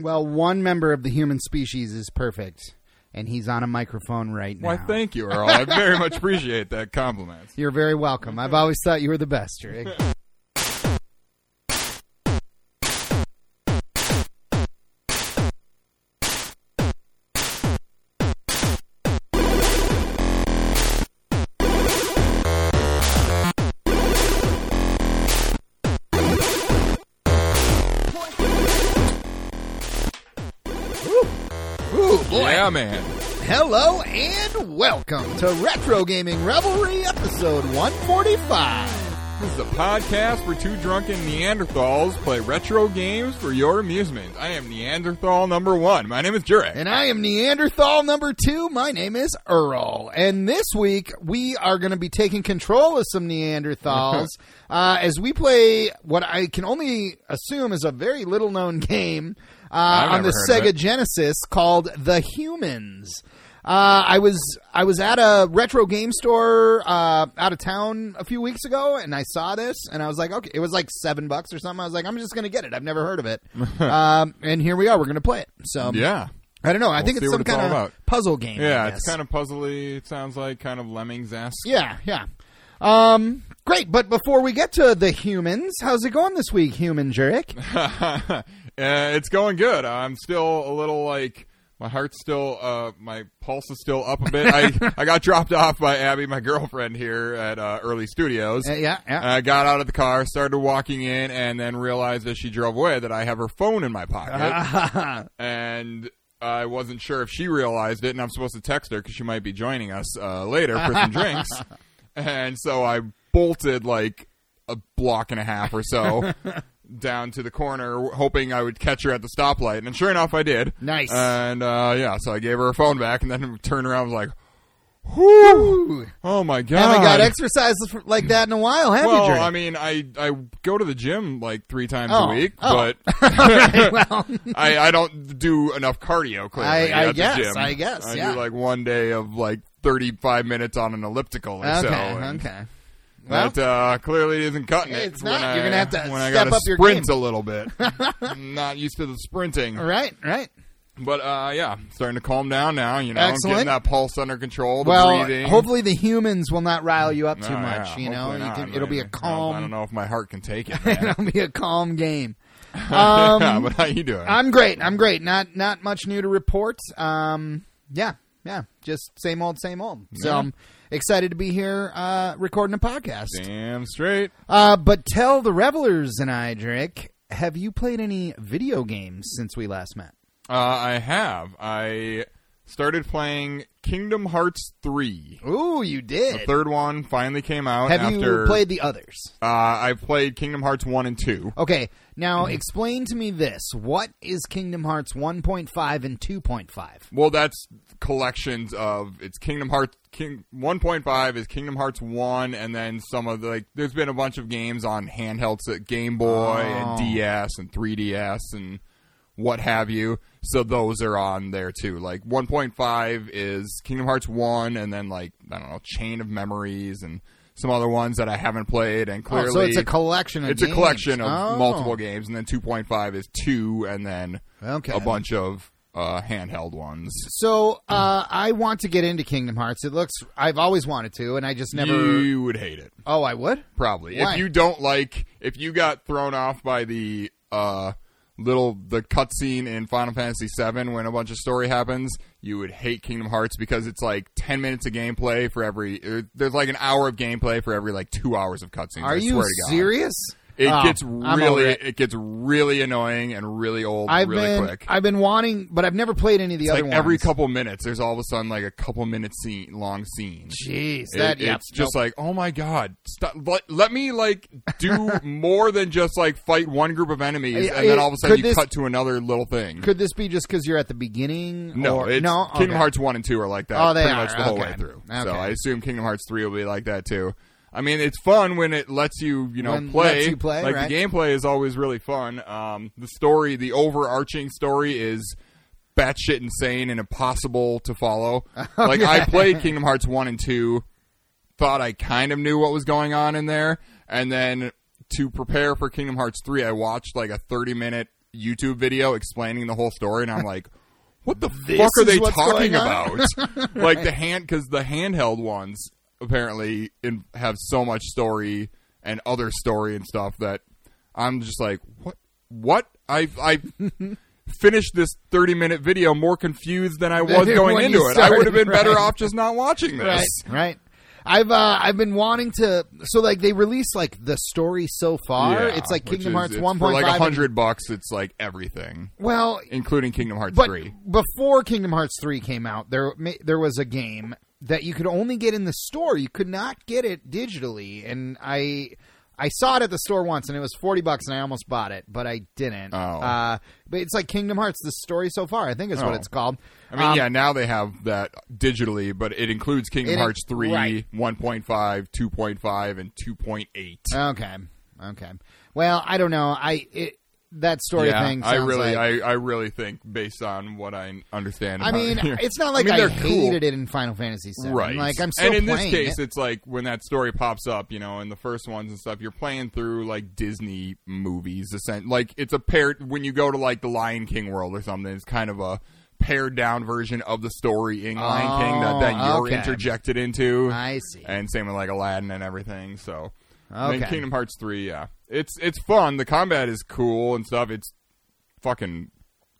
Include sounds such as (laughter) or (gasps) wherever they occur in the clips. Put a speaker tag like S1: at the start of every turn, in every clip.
S1: Well, one member of the human species is perfect, and he's on a microphone right now.
S2: Why, thank you, Earl. I very much appreciate that compliment.
S1: You're very welcome. I've always thought you were the best, Rick.
S2: Ooh, Yeah, man.
S1: Hello and welcome to Retro Gaming Revelry episode 145.
S2: This is a podcast where two drunken Neanderthals play retro games for your amusement. I am Neanderthal number one. My name is Jurek.
S1: And I am Neanderthal number two. My name is Earl. And this week we are going to be taking control of some
S2: (laughs)
S1: Neanderthals uh, as we play what I can only assume is a very little known game uh, on
S2: never
S1: the
S2: heard of
S1: Sega
S2: it.
S1: Genesis called The Humans. Uh, I was I was at a retro game store uh, out of town a few weeks ago, and I saw this, and I was like, okay, it was like seven bucks or something. I was like, I'm just gonna get it. I've never heard of
S2: (laughs)
S1: it, um, and here we are. We're gonna play it. So
S2: Yeah.
S1: I don't know. I think
S2: see
S1: it's
S2: what
S1: some
S2: it's
S1: kind
S2: all
S1: of
S2: about.
S1: puzzle game.
S2: Yeah,
S1: I
S2: it's
S1: guess.
S2: kind of puzzly. It sounds like kind of lemmings esque.
S1: Yeah, yeah. Um, great. But before we get to the humans, how's it going this week, human
S2: (laughs)
S1: Jurek?
S2: uh, it's going good. I'm still a little like my heart's still uh my pulse is still up a bit. I
S1: (laughs)
S2: I got dropped off by Abby, my girlfriend here at uh, Early Studios.
S1: Uh, yeah, yeah.
S2: I got out of the car, started walking in, and then realized as she drove away that I have her phone in my pocket,
S1: (laughs)
S2: and I wasn't sure if she realized it. And I'm supposed to text her because she might be joining us uh, later for
S1: (laughs)
S2: some drinks. And so I bolted like a block and a half or so
S1: (laughs)
S2: down to the corner, hoping I would catch her at the stoplight. And sure enough, I did.
S1: Nice.
S2: And uh, yeah, so I gave her her phone back, and then turned around and was like,
S1: Whew.
S2: "Oh my god!"
S1: Haven't got exercise like that in a while, have
S2: Well,
S1: you, Jurek?
S2: I mean, I I go to the gym like three times
S1: Oh.
S2: a week,
S1: Oh. (laughs)
S2: but
S1: Right, well,
S2: I, I don't do enough cardio. Clearly,
S1: I- I
S2: at the
S1: guess,
S2: gym.
S1: I guess,
S2: I
S1: yeah.
S2: do like one day of like thirty five minutes on an elliptical or (laughs) so.
S1: okay,
S2: and
S1: okay. Well,
S2: That uh, clearly isn't cutting it.
S1: It's
S2: when
S1: not.
S2: I-
S1: You're gonna have to
S2: when I
S1: step
S2: gotta
S1: up your
S2: sprint
S1: game.
S2: a
S1: (laughs)
S2: little bit. I'm not used to the sprinting,
S1: right, right.
S2: but uh, yeah, starting to calm down now. You know,
S1: Excellent.
S2: getting that pulse under control. The
S1: Well,
S2: breathing.
S1: hopefully the humans will not rile you up
S2: Oh,
S1: too much.
S2: yeah,
S1: you know,
S2: hopefully
S1: You
S2: not.
S1: can- it'll be a
S2: I don't- I
S1: (laughs)
S2: don't
S1: calm.
S2: know if my heart can take it. (laughs) man.
S1: It'll be a calm game. Um,
S2: yeah, but how you doing?
S1: I'm great. I'm great. Not not much new to report. Um, yeah, yeah, just same old, same old. So
S2: Yeah.
S1: I'm excited to be here uh, recording a podcast.
S2: Damn straight.
S1: Uh, but tell the revelers and I, Drake, have you played any video games since we last met?
S2: Uh, I have. I started playing Kingdom Hearts 3.
S1: Ooh, you
S2: The
S1: did.
S2: third one finally came out
S1: Have
S2: after
S1: you played the others?
S2: uh, I've played Kingdom Hearts 1 and 2.
S1: Okay, now
S2: Mm-hmm.
S1: explain to me this: What is Kingdom Hearts 1.5 and 2.5?
S2: Well, that's collections of it's Kingdom Hearts King 1.5 is Kingdom Hearts 1 and then some of the like there's been a bunch of games on handhelds that Game Boy
S1: Oh.
S2: and DS and 3DS and what have you. So those are on there too. Like 1.5 is Kingdom Hearts 1 and then like I don't know, Chain of Memories and some other ones that I haven't played and clearly
S1: Oh, so it's a collection of
S2: it's a
S1: games.
S2: collection of
S1: Oh.
S2: multiple games, and then 2.5 is two, and then
S1: Okay.
S2: a bunch of uh, handheld ones.
S1: So uh, I want to get into Kingdom Hearts. It looks I've always wanted to, and I just never.
S2: You would hate it,
S1: Oh, I would.
S2: probably.
S1: Why?
S2: If you don't like, if you got thrown off by the uh, little the cutscene in Final Fantasy VII when a bunch of story happens, you would hate Kingdom Hearts because it's like 10 minutes of gameplay for every. er, There's like an hour of gameplay for every like two hours of cutscenes.
S1: Are
S2: I
S1: you
S2: swear to God.
S1: serious?
S2: It
S1: Oh,
S2: gets
S1: I'm over
S2: really,
S1: it.
S2: it gets really annoying and really old,
S1: I've
S2: really
S1: been
S2: quick.
S1: I've been wanting, but I've never played any of the
S2: It's
S1: other
S2: like
S1: ones.
S2: every couple minutes, there's all of a sudden like a couple minute scene, long scene.
S1: Jeez,
S2: It-
S1: that yeah,
S2: it's just
S1: nope.
S2: like, oh my god, stop, let, let me like
S1: (laughs)
S2: do more than just like fight one group of enemies,
S1: I-
S2: and then
S1: I-
S2: all of a sudden
S1: could
S2: you
S1: this-
S2: cut to another little thing.
S1: Could this be just because you're at the beginning?
S2: no,
S1: or,
S2: it's,
S1: no.
S2: Kingdom
S1: Okay.
S2: Hearts one and two are like that.
S1: Oh, they
S2: pretty
S1: are,
S2: much the whole
S1: okay.
S2: way through.
S1: Okay.
S2: So I assume Kingdom Hearts three will be like that too. I mean, it's fun when it lets you, you know,
S1: When
S2: play.
S1: lets you play,
S2: like
S1: right.
S2: the gameplay is always really fun. Um, the story, the overarching story, is batshit insane and impossible to
S1: (laughs)
S2: follow. Like I played Kingdom Hearts one and two, thought I kind of knew what was going on in there, and then to prepare for Kingdom Hearts three, I watched like a thirty minute YouTube video explaining the whole story,
S1: (laughs)
S2: and I'm like, what the
S1: This
S2: fuck are
S1: is
S2: they
S1: what's
S2: talking
S1: going
S2: about?
S1: on? (laughs)
S2: Like the hand, because the handheld ones apparently in, have so much story and other story and stuff that I'm just like, what? What? I I
S1: (laughs)
S2: finished this 30 minute video more confused than I
S1: (laughs)
S2: was
S1: When
S2: going
S1: you
S2: into it. I
S1: started,
S2: would have been better
S1: right.
S2: off just not watching this.
S1: Right, right. I've uh, I've been wanting to. So like they released like the story so far.
S2: Yeah,
S1: it's like
S2: which
S1: Kingdom
S2: is-
S1: Hearts
S2: it's
S1: one
S2: for
S1: point
S2: like
S1: five.
S2: a hundred bucks. It's like everything,
S1: well,
S2: including Kingdom Hearts
S1: but
S2: three.
S1: before Kingdom Hearts three came out, there ma- there was a game that you could only get in the store. You could not get it digitally, and I. I saw it at the store once, and it was forty bucks, and I almost bought it, but I didn't.
S2: Oh.
S1: Uh, but it's like Kingdom Hearts: The Story So Far, I think is
S2: Oh.
S1: what it's called.
S2: I mean,
S1: Um,
S2: yeah, now they have that digitally, but it includes Kingdom
S1: It-
S2: Hearts 3,
S1: right.
S2: 1.5, 2.5, and 2.8.
S1: Okay. Okay. Well, I don't know. I it, that story
S2: yeah,
S1: thing.
S2: I
S1: sounds
S2: really,
S1: like-
S2: I, I really think based on what I understand.
S1: I
S2: (laughs) about
S1: mean,
S2: it,
S1: it's not like
S2: I
S1: I,
S2: mean, they're cool.
S1: hated it in Final Fantasy VII.
S2: right?
S1: Like I'm still
S2: and in
S1: playing
S2: this case,
S1: it.
S2: it's like when that story pops up, you know, in the first ones and stuff, you're playing through like Disney movies. essen- Like it's a paired when you go to like the Lion King world or something. It's kind of a pared down version of the story in Lion King that then
S1: Oh,
S2: you're
S1: okay.
S2: interjected into.
S1: I see.
S2: And same with like Aladdin and everything. So, I mean,
S1: Okay.
S2: Kingdom Hearts three, yeah, it's it's fun. The combat is cool and stuff. It's fucking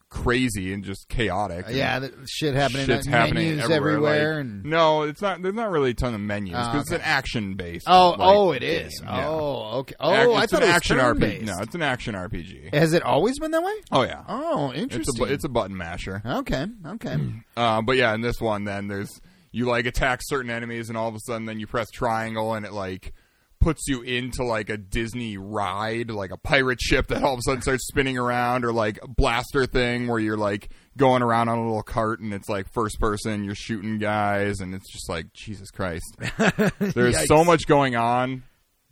S2: crazy and just chaotic. and
S1: Uh, yeah, the shit happening.
S2: shit's
S1: uh,
S2: happening
S1: menus
S2: everywhere. like- mm,
S1: and
S2: No, it's not. There's not really a ton of menus because
S1: Oh,
S2: it's an action based.
S1: oh, oh, it is. Oh, okay. Oh, I thought
S2: an
S1: it was
S2: action
S1: turn-based.
S2: RPG. No, it's an action RPG.
S1: Has it always been that way?
S2: oh yeah,
S1: Oh,
S2: it's a
S1: interesting.
S2: bu- it's a button masher.
S1: okay. Okay.
S2: Uh, but yeah, in this one, then there's you like attack certain enemies, and all of a sudden, then you press triangle, and it like puts you into like a Disney ride, like a pirate ship that all of a sudden starts spinning around, or like a blaster thing where you're like going around on a little cart, and it's like first person, you're shooting guys, and it's just like
S1: (laughs)
S2: Jesus Christ. There's so
S1: Yikes.
S2: much going on.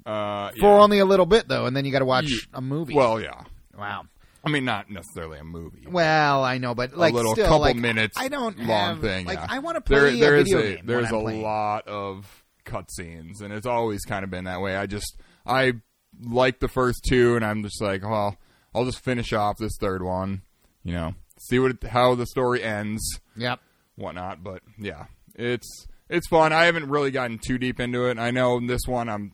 S2: Uh,
S1: For
S2: yeah.
S1: only a little bit though, and then you got to watch
S2: Ye-
S1: a movie.
S2: well, yeah.
S1: wow.
S2: I mean, not necessarily a movie.
S1: Well, I know, but like
S2: little
S1: still,
S2: couple
S1: like,
S2: minutes
S1: I don't
S2: long
S1: have,
S2: thing.
S1: Like
S2: yeah.
S1: I want to
S2: There-
S1: play
S2: there
S1: a
S2: is
S1: video
S2: a-
S1: game. when
S2: There's
S1: I'm
S2: a
S1: playing.
S2: lot of cutscenes, and it's always kind of been that way. I just I like the first two, and I'm just like, well, I'll just finish off this third one. You know, see what it- how the story ends,
S1: Yep.
S2: whatnot. But yeah, it's it's fun. I haven't really gotten too deep into it. I know in this one, I'm.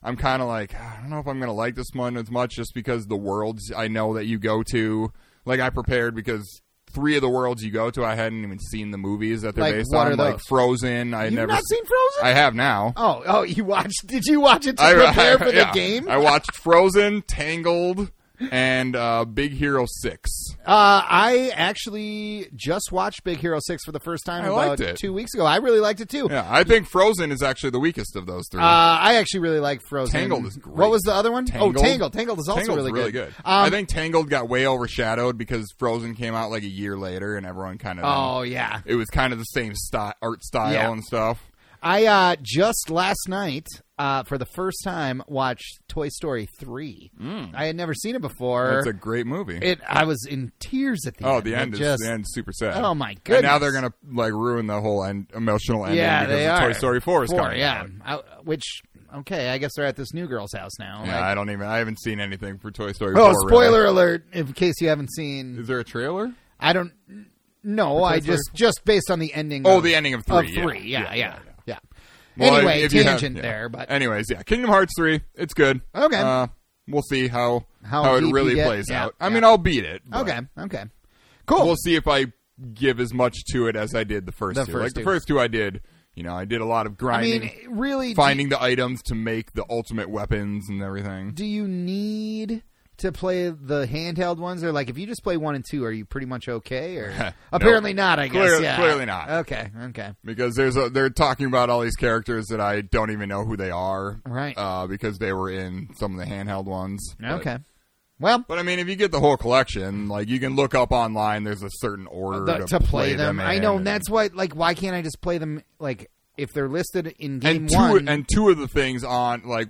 S2: I'm kind of like "Ah, I don't know if I'm going to like this one as much just because the worlds I know that you go to. Like I prepared because three of the worlds you go to, I hadn't even seen the movies that they're
S1: Like,
S2: based
S1: what
S2: on,
S1: are
S2: like
S1: those?
S2: Frozen. I had
S1: You've
S2: never.
S1: not seen Frozen?
S2: I have now.
S1: Oh, oh, you watched? Did you watch it to
S2: I (laughs)
S1: prepare
S2: I-
S1: for the
S2: yeah.
S1: game?
S2: I watched Frozen, Tangled, and uh, Big Hero Six.
S1: Uh, I actually just watched Big Hero Six for the first time
S2: I liked
S1: about
S2: it.
S1: two weeks ago. I really liked it too.
S2: Yeah, I think Frozen is actually the weakest of those three.
S1: Uh, I actually really like Frozen.
S2: Tangled is great.
S1: What was the other one?
S2: Tangled.
S1: Oh, Tangled. Tangled is also
S2: Tangled's
S1: really,
S2: really
S1: good.
S2: good.
S1: Um,
S2: I think Tangled got way overshadowed because Frozen came out like a year later, and everyone kind of
S1: Oh yeah.
S2: it was kind of the same sty art style
S1: Yeah.
S2: and stuff.
S1: I uh, just last night, uh, for the first time, watched Toy Story three. I had never seen it before.
S2: It's Mm. a great movie.
S1: it. I was in tears at the
S2: oh,
S1: end.
S2: the
S1: It
S2: end is
S1: just,
S2: the end is super sad.
S1: Oh, my
S2: And now
S1: goodness.
S2: they're gonna like ruin the whole end, emotional ending
S1: Yeah,
S2: because
S1: they
S2: of
S1: are.
S2: Toy Story Four is
S1: Four,
S2: coming
S1: yeah.
S2: out.
S1: I, which okay, I guess they're at this new girl's house now.
S2: Yeah,
S1: Like,
S2: I don't even. I haven't seen anything for Toy Story.
S1: Oh,
S2: 4, really.
S1: spoiler alert! In case you haven't seen,
S2: Is there a trailer?
S1: I don't. No, I
S2: Story
S1: just just based on the ending.
S2: Oh,
S1: of,
S2: the ending of
S1: of
S2: three. yeah.
S1: three. Yeah, yeah, yeah.
S2: Well,
S1: anyway,
S2: if you have-
S1: tangent
S2: yeah.
S1: there, but
S2: Anyways, yeah, Kingdom Hearts three. It's good.
S1: Okay.
S2: Uh, we'll see how
S1: How deep
S2: it
S1: you
S2: really
S1: get.
S2: plays
S1: Yeah,
S2: out. I
S1: yeah.
S2: mean, I'll beat it. but
S1: okay, okay, cool.
S2: We'll see if I give as much to it as I did the first
S1: The
S2: two.
S1: first
S2: like the
S1: two.
S2: first two, I did. You know, I did a lot of
S1: I
S2: grinding.
S1: mean, really,
S2: finding the items to make the ultimate weapons and everything.
S1: do, do you need to play the handheld ones, or like if you just play one and two, are you pretty much okay?
S2: (laughs)
S1: Or apparently not. I guess
S2: Clearly-
S1: yeah.
S2: clearly not.
S1: Okay, okay,
S2: Because there's a, they're talking about all these characters that I don't even know who they are,
S1: Right.
S2: Uh, because they were in some of the handheld ones. But-
S1: okay. Well,
S2: But I mean, if you get the whole collection, like you can look up online. There's a certain order
S1: the,
S2: to,
S1: to play them. I
S2: in,
S1: know
S2: and-
S1: and that's why. Like, why can't I just play them? Like, if they're listed in game
S2: and two
S1: one,
S2: and two of the things on like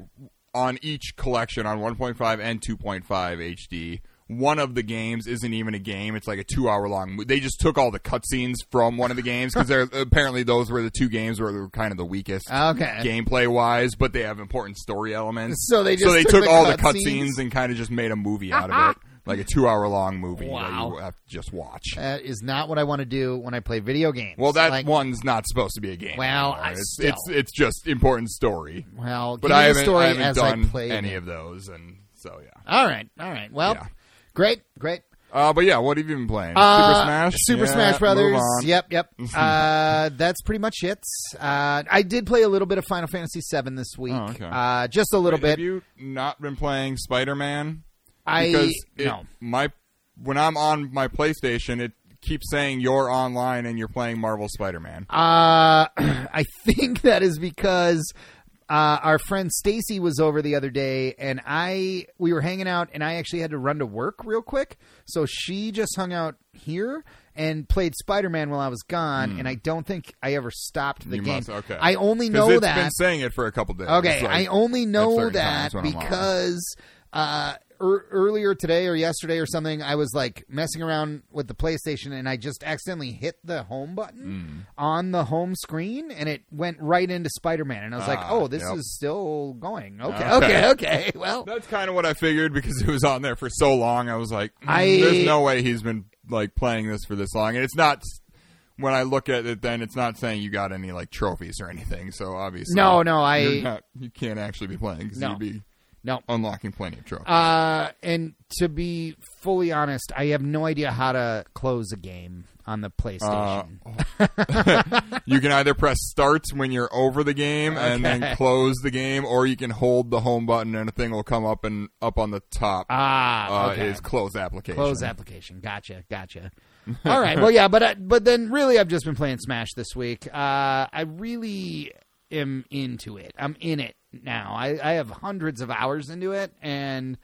S2: on each collection on 1.5 and 2.5 HD. One of the games isn't even a game; it's like a two-hour-long. mo- They just took all the cutscenes from one of the games
S1: (laughs)
S2: because they're apparently those were the two games where they were kind of the weakest
S1: Ah, okay,
S2: gameplay-wise, but they have important story elements.
S1: So (laughs) they
S2: so
S1: just
S2: they
S1: took
S2: took
S1: the
S2: all the
S1: cutscenes? (laughs)
S2: cutscenes and kind of just made a movie out of it. like a two-hour-long movie that
S1: Wow.
S2: you have to just watch.
S1: That uh, is not what I want to do when I play video games.
S2: Well, that
S1: like,
S2: one's not supposed to be a game.
S1: Well,
S2: anymore.
S1: I
S2: it's,
S1: still-
S2: it's it's just important story.
S1: well, give
S2: But
S1: me
S2: I
S1: the
S2: haven't,
S1: story
S2: I haven't
S1: as
S2: done
S1: I played
S2: any
S1: it.
S2: of those, and so yeah.
S1: All right, all right. Well,
S2: Yeah.
S1: great, great.
S2: Uh, but yeah, what have you been playing? Super
S1: Uh,
S2: Smash,
S1: Super
S2: Yeah,
S1: Smash Brothers.
S2: move on.
S1: Yep,
S2: (laughs)
S1: yep. uh, that's pretty much it. Uh, I did play a little bit of Final Fantasy VII this week,
S2: Oh, okay.
S1: uh, just a little
S2: Have
S1: bit.
S2: you not been playing Spider Man?
S1: I
S2: Because it-
S1: no.
S2: my when I'm on my PlayStation, it keeps saying you're online and you're playing Marvel Spider Man.
S1: Uh, (clears throat) I think that is because uh, our friend Stacy was over the other day, and I we were hanging out, and I actually had to run to work real quick, so she just hung out here and played Spider Man while I was gone, and I don't think I ever stopped the
S2: Hmm. You
S1: game.
S2: must- okay.
S1: I only know that
S2: been saying it for a couple days.
S1: Okay,
S2: Like,
S1: I only
S2: at
S1: know
S2: certain
S1: that
S2: times when I'm on.
S1: because uh, er- earlier today or yesterday or something, I was like messing around with the PlayStation and I just accidentally hit the home button
S2: Hmm.
S1: on the home screen and it went right into Spider Man. And I was like,
S2: Ah,
S1: oh, this
S2: yep. Ah.
S1: is still going. Okay,
S2: Okay.
S1: okay,
S2: (laughs)
S1: okay. Well,
S2: That's kind of what I figured because it was on there for so long. I was like, mm,
S1: I-
S2: "There's no way he's been like playing this for this long." And it's not. When I look at it, then it's not saying you got any like trophies or anything. So obviously,
S1: No, no, I-
S2: you're not- you can't actually be playing because
S1: No.
S2: you'd be
S1: no.
S2: unlocking plenty of trophies.
S1: Uh, and to be fully honest, I have no idea how to close a game on the
S2: Uh,
S1: PlayStation.
S2: you can either press start when you're over the game and then
S1: Okay.
S2: close the game, or you can hold the home button and a thing will come up and up on the top
S1: ah,
S2: uh,
S1: okay.
S2: is close application.
S1: Close application. Gotcha. Gotcha. (laughs) All right. Well, yeah, but I, but then really, I've just been playing Smash this week. Uh, I really am into it. I'm in it now. I, I have hundreds of hours into it, and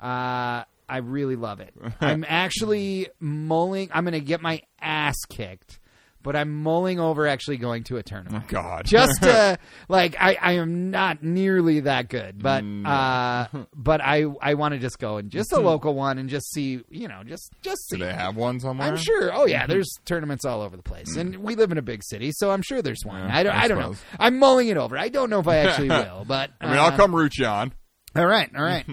S1: uh, I really love it. I'm actually mulling. I'm going to get my ass kicked, but I'm mulling over actually going to a tournament.
S2: God,
S1: Just
S2: (laughs)
S1: uh, like I, I am not nearly that good, but
S2: Mm.
S1: uh, but I I want to just go and just a local one and just see you know just just see
S2: Hmm. do they have one Mm-hmm. somewhere?
S1: I'm sure. Oh yeah, there's tournaments all over the place, and we live in a big city, so I'm sure there's one.
S2: Yeah,
S1: I don't.
S2: I
S1: I, don't know.
S2: suppose.
S1: I'm mulling it over. I don't know if I
S2: (laughs)
S1: actually will, but
S2: I mean, I'll
S1: uh,
S2: come root you on.
S1: All right, all right.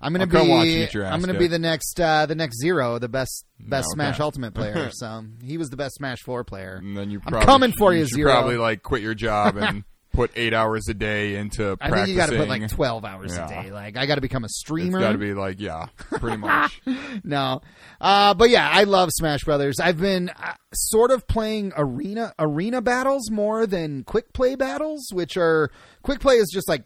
S1: I'm gonna
S2: I'll come watch you
S1: be.
S2: get your ass
S1: I'm gonna be
S2: kicked.
S1: the next. Uh, the next zero, the best best
S2: No,
S1: Smash
S2: okay.
S1: Ultimate
S2: (laughs)
S1: player. so he was the best Smash Four player.
S2: And then you
S1: I'm
S2: probably
S1: coming
S2: sh-
S1: for you,
S2: should
S1: Zero.
S2: Probably like quit your
S1: (laughs)
S2: job and put eight hours a day into
S1: I
S2: practicing.
S1: think you got to put like 12 hours
S2: Yeah.
S1: a day. Like I got to become a
S2: It's
S1: streamer.
S2: got to be like yeah,
S1: (laughs)
S2: pretty much.
S1: no, uh, but yeah, I love Smash Brothers. I've been uh, sort of playing arena arena battles more than quick play battles, which are quick play is just like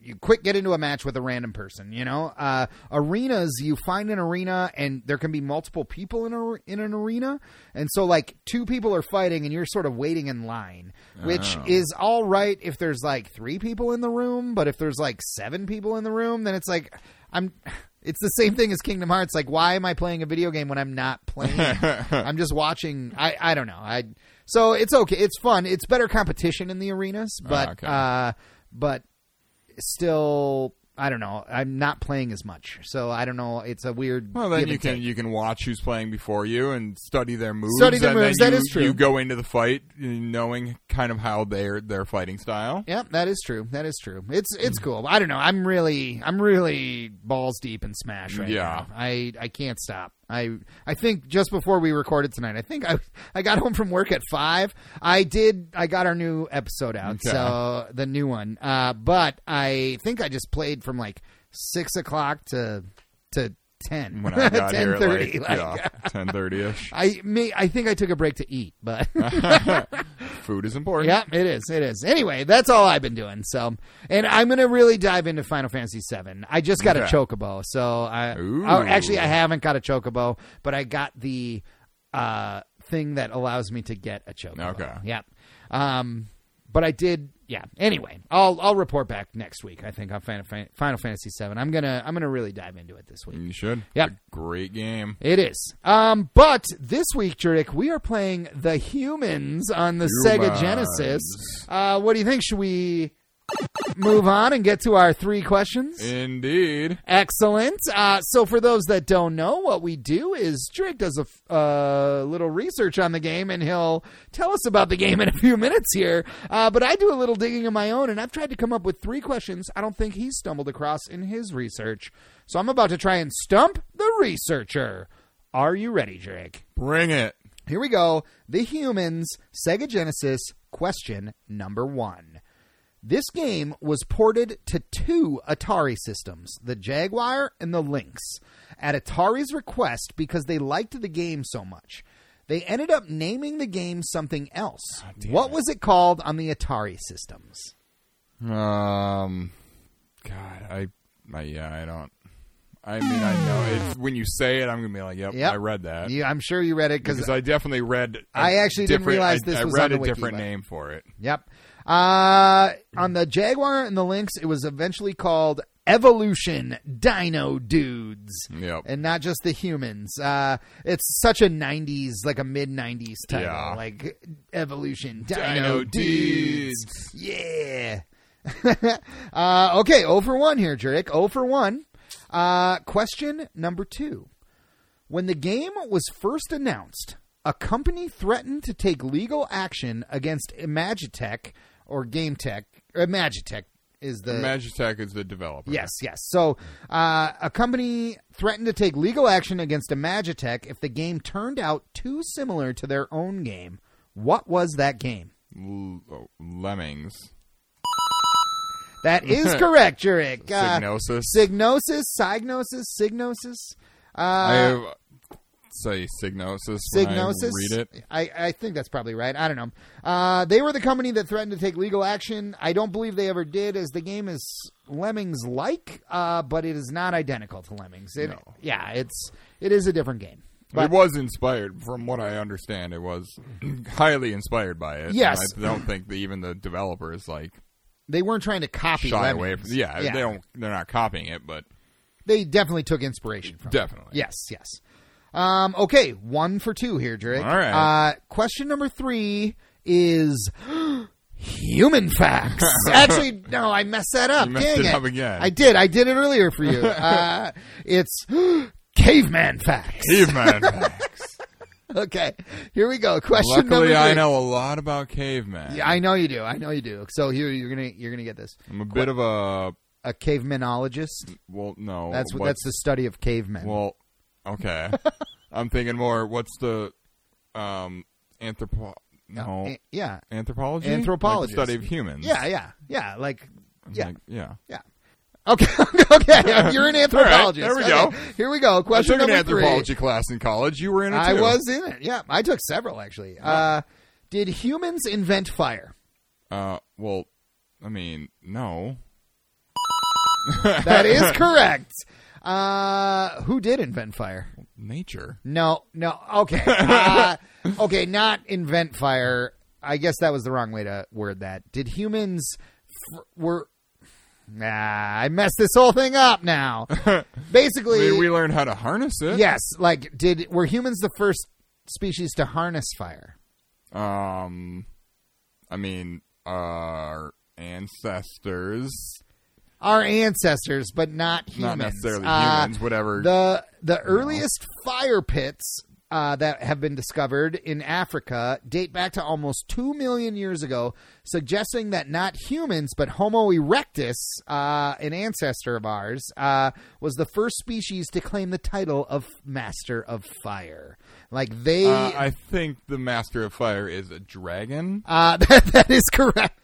S1: you quick get into a match with a random person. You know, uh, arenas you find an arena and there can be multiple people in a, in an arena, and so like two people are fighting and you're sort of waiting in line, which is all right if there's like three people in the room, but if there's like seven people in the room, then it's like I'm. (laughs) It's the same thing as Kingdom Hearts. Like, why am I playing a video game when I'm not
S2: (laughs)
S1: playing? it? I'm just watching. I I don't know. I so it's okay. It's fun. It's better competition in the arenas, but
S2: Oh, okay.
S1: uh, but still, I don't know. I'm not playing as much, so I don't know. It's a weird.
S2: Well, then
S1: give
S2: you
S1: and
S2: can
S1: take.
S2: you can watch who's playing before you and study their moves.
S1: Study their
S2: and then
S1: moves, that
S2: you-
S1: is true.
S2: You go into the fight knowing kind of how their their
S1: (laughs)
S2: fighting style.
S1: Yep, that is true. That is true. It's
S2: Hmm.
S1: it's cool. I don't know. I'm really I'm really balls deep in Smash right
S2: Yeah.
S1: now. I I can't stop. I I think just before we recorded tonight, I think I I got home from work at five. I did. I got our new episode out,
S2: Okay.
S1: so the new one. Uh, but I think I just played from like six o'clock to to (laughs) ten
S2: When I got here, at
S1: 10:30,
S2: like,
S1: like, (laughs)
S2: yeah, ten thirty ish.
S1: I may, I think I took a break to eat,
S2: (laughs)
S1: but
S2: Food is important.
S1: Yeah, it is. It is. Anyway, that's all I've been doing. So, and I'm gonna really dive into Final Fantasy VII. I just got a
S2: Okay.
S1: chocobo. So I,
S2: Ooh.
S1: oh, actually I haven't got a chocobo, but I got the uh, thing that allows me to get a chocobo.
S2: Okay.
S1: Yep. Um, but I did. Yeah. Anyway, I'll I'll report back next week. I think on Final, Fan- Final Fantasy VII. I'm gonna I'm gonna really dive into it this week.
S2: You should.
S1: Yep.
S2: It's a great game.
S1: It is. Um, but this week, Jurek, we are playing The Humans on the Sega
S2: Humans.
S1: Genesis. Uh, what do you think? Should we move on and get to our three questions.
S2: Indeed.
S1: Excellent. Uh, so, for those that don't know, what we do is Drake does a f- uh, little research on the game, and he'll tell us about the game in a few minutes here. Uh, but I do a little digging of my own, and I've tried to come up with three questions I don't think he stumbled across in his research. So, I'm about to try and stump the researcher. Are you ready, Drake?
S2: Bring it.
S1: Here we go. The Humans, Sega Genesis, question number one. This game was ported to two Atari systems, the Jaguar and the Lynx, at Atari's request because they liked the game so much. They ended up naming the game something else. what was it called on the Atari systems?
S2: Um, God, I, I, yeah, I don't. I mean, I know it's when you say it, I'm gonna be like, yep,
S1: Yep.
S2: I read that
S1: Yeah, I'm sure you read it Uh, because
S2: because I definitely read. a
S1: I actually didn't
S2: different-
S1: realize
S2: I-
S1: this
S2: I
S1: was
S2: read
S1: on the
S2: a
S1: wiki,
S2: different
S1: but-
S2: name for it.
S1: Yep. Uh, on the Jaguar and the Lynx, it was eventually called Evolution Dino Dudes.
S2: Yep.
S1: And not just the humans. Uh, it's such a 90s, like a mid 90s title.
S2: Yeah.
S1: Like Evolution Dino,
S2: Dino
S1: Dudes.
S2: Dudes.
S1: Yeah. (laughs) uh, okay, 0 for 1 here, Jurek. 0 for 1. Uh, question number two. When the game was first announced, a company threatened to take legal action against Imagitech or GameTech. Imagitech is the.
S2: Magitech is the developer.
S1: yes, yes. So uh, a company threatened to take legal action against Imagitech if the game turned out too similar to their own game. What was that game?
S2: L- oh, lemmings.
S1: That is correct, Jurek. Uh,
S2: Cygnosis.
S1: Signosis, Cygnosis, Signosis.
S2: I
S1: Uh,
S2: have, say Cygnosis. when I
S1: Signosis.
S2: read it.
S1: I, I think that's probably right. I don't know. Uh, they were the company that threatened to take legal action. I don't believe they ever did, as the game is Lemmings like, uh, but it is not identical to Lemmings. It,
S2: No.
S1: Yeah, it's it is a different game.
S2: it
S1: But
S2: was inspired, from what I understand. It was (clears throat) highly inspired by it.
S1: Yes.
S2: And I don't think that even the developers like
S1: they weren't trying to copy.
S2: shy
S1: Lemmings.
S2: away from. Yeah, they don't. They're not copying it, but
S1: They definitely took inspiration from. it.
S2: definitely.
S1: Yes, yes. Um, okay, one for two here, Drake.
S2: All right.
S1: Uh, question number three is (gasps) human
S2: (laughs)
S1: facts. Actually, no, I messed that up.
S2: You messed
S1: Dang
S2: it up again.
S1: I did. I did it earlier for
S2: (laughs)
S1: you. Uh, it's (gasps) caveman facts.
S2: (laughs)
S1: (laughs)
S2: Caveman.
S1: Okay, here we go. Question number
S2: Luckily,
S1: three.
S2: I know a lot about cavemen.
S1: Yeah, I know you do. I know you do. So here you're gonna you're gonna get this.
S2: I'm a bit of a
S1: A cavemanologist.
S2: well, no.
S1: That's what.
S2: what's-
S1: That's the study of cavemen.
S2: Well,
S1: (laughs)
S2: okay. I'm thinking more. What's the um anthropo? No,
S1: Eh, yeah,
S2: anthropology.
S1: Anthropologist.
S2: Like the study of humans.
S1: yeah, yeah, yeah. Like, yeah.
S2: Like, yeah.
S1: Yeah. Okay. (laughs)
S2: (laughs)
S1: okay. You're an anthropologist.
S2: All right,
S1: Okay,
S2: there we
S1: Here we go.
S2: I
S1: Question
S2: took an
S1: number
S2: anthropology
S1: three.
S2: class in college. You were in it.
S1: I
S2: too.
S1: was in it. Yeah, I took several actually. Uh, did humans invent
S2: (laughs)
S1: fire?
S2: Uh, well, I mean, no.
S1: That is correct. Uh, who did invent fire?
S2: Nature.
S1: No, no.
S2: (laughs)
S1: Okay. Uh, okay, not invent fire. I guess that was the wrong way to word that. Did humans f- were Nah, I messed this whole thing up now.
S2: (laughs) I
S1: Basically,
S2: mean, we learned how to harness it.
S1: Yes, like did were humans the first species to harness fire?
S2: Um, I mean, our ancestors,
S1: Our ancestors, but not humans.
S2: not necessarily
S1: Uh,
S2: humans, whatever.
S1: The the earliest fire pits uh, that have been discovered in Africa date back to almost two million years ago, suggesting that not humans but Homo erectus, uh, an ancestor of ours, uh, was the first species to claim the title of master of fire. Like they,
S2: uh, I think the master of fire is a dragon.
S1: Uh, (laughs) that, that is correct.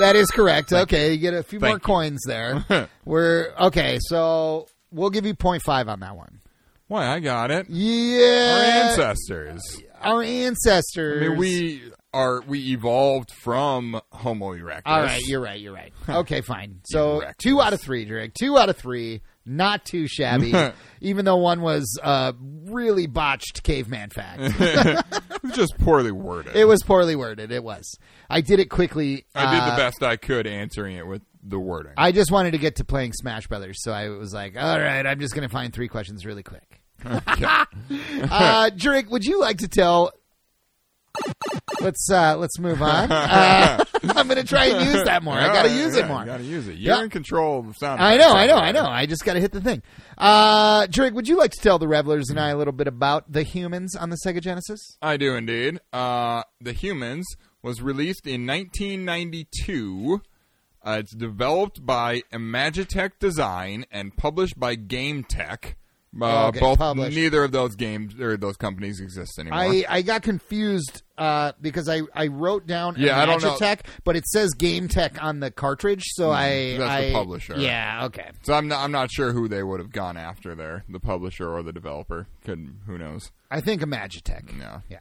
S1: That is correct. okay, you get a few
S2: Thank
S1: more
S2: you.
S1: coins
S2: (laughs)
S1: there. We're okay, so we'll give you 0.5 on that one.
S2: Why? I got it.
S1: Yeah,
S2: Our ancestors.
S1: Our
S2: I
S1: ancestors.
S2: mean, we are we evolved from Homo erectus.
S1: All right, you're right. You're right. Okay, fine. So
S2: Erectus.
S1: two out of three, Drake. Two out of three. Not too shabby,
S2: (laughs)
S1: even though one was uh, really botched caveman fact.
S2: (laughs) (laughs) just poorly worded.
S1: it was poorly worded. It was. I did it quickly.
S2: I did
S1: uh,
S2: the best I could answering it with the wording.
S1: I just wanted to get to playing Smash Brothers, so I was like, all right, I'm just going to find three questions really quick. (laughs) uh, Jurek, would you like to tell? Let's uh, let's move on. Uh, I'm going to try and use that more. I got to use it more.
S2: Got to use it. You're
S1: Yeah.
S2: in control of the sound.
S1: I know, I know, I know. I just got to hit the thing. Uh, Drake, would you like to tell the revelers and I a little bit about the humans on the Sega Genesis?
S2: I do indeed. Uh, the Humans was released in 1992. Uh, it's developed by Imagitech Design and published by GameTech. Uh,
S1: Oh, Okay,
S2: both
S1: published.
S2: neither of those games or those companies exist anymore.
S1: I, I got confused uh, because I, I wrote down
S2: Yeah, I don't know.
S1: Magitech, but it says Game Tech on the cartridge, so I
S2: Mm-hmm. that's the
S1: I-
S2: publisher.
S1: Yeah, okay.
S2: so I'm not, I'm not sure who they would have gone after there, the publisher or the developer. Could who knows?
S1: I think Imagitech.
S2: No.
S1: Yeah.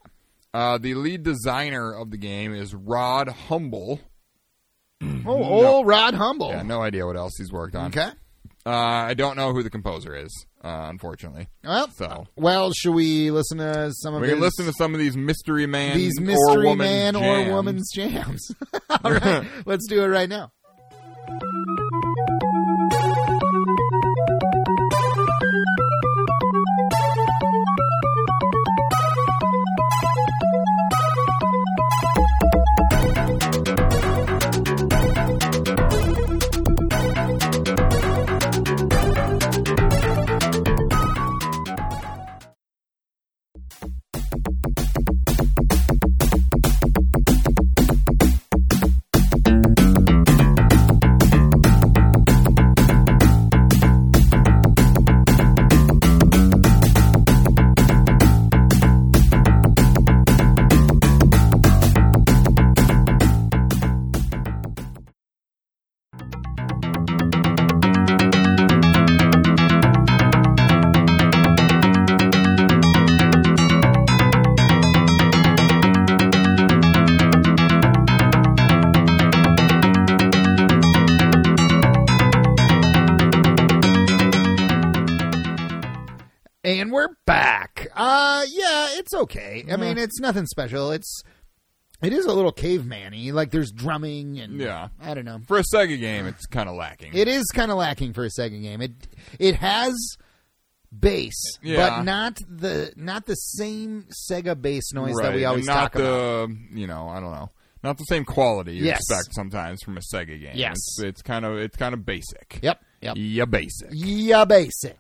S2: Uh, the lead designer of the game is Rod Humble.
S1: Oh, old Rod Humble.
S2: Mm-hmm. Yeah, no idea what else he's worked on.
S1: Oh. Okay.
S2: Uh, I don't know who the composer is, uh, unfortunately.
S1: Well,
S2: So
S1: well, should we listen to some of
S2: we
S1: his,
S2: can listen to some of these mystery man,
S1: these
S2: or
S1: mystery
S2: woman
S1: man
S2: jams.
S1: or woman's jams? (laughs) All
S2: (laughs)
S1: right, let's do it right now. And we're back. Uh yeah, it's okay. I mean, it's nothing special. It's it is a little caveman-y. Like there's drumming and
S2: Yeah.
S1: I don't know.
S2: For a Sega game, it's kind of lacking.
S1: It is kind of lacking for a Sega game. It it has bass,
S2: Yeah.
S1: but not the not the same Sega bass noise
S2: right.
S1: that we always
S2: and not
S1: talk about.
S2: the you know I don't know, not the same quality you
S1: Yes.
S2: expect sometimes from a Sega game.
S1: Yes.
S2: it's, it's kind of it's kind of basic.
S1: Yep, yep.
S2: Yeah, basic.
S1: Yeah, basic.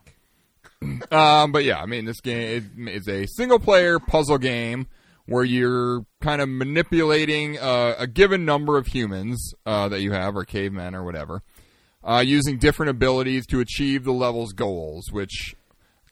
S2: Um, but yeah, I mean, this game is, is a single-player puzzle game where you're kind of manipulating uh, a given number of humans uh, that you have, or cavemen, or whatever, uh, using different abilities to achieve the level's goals, which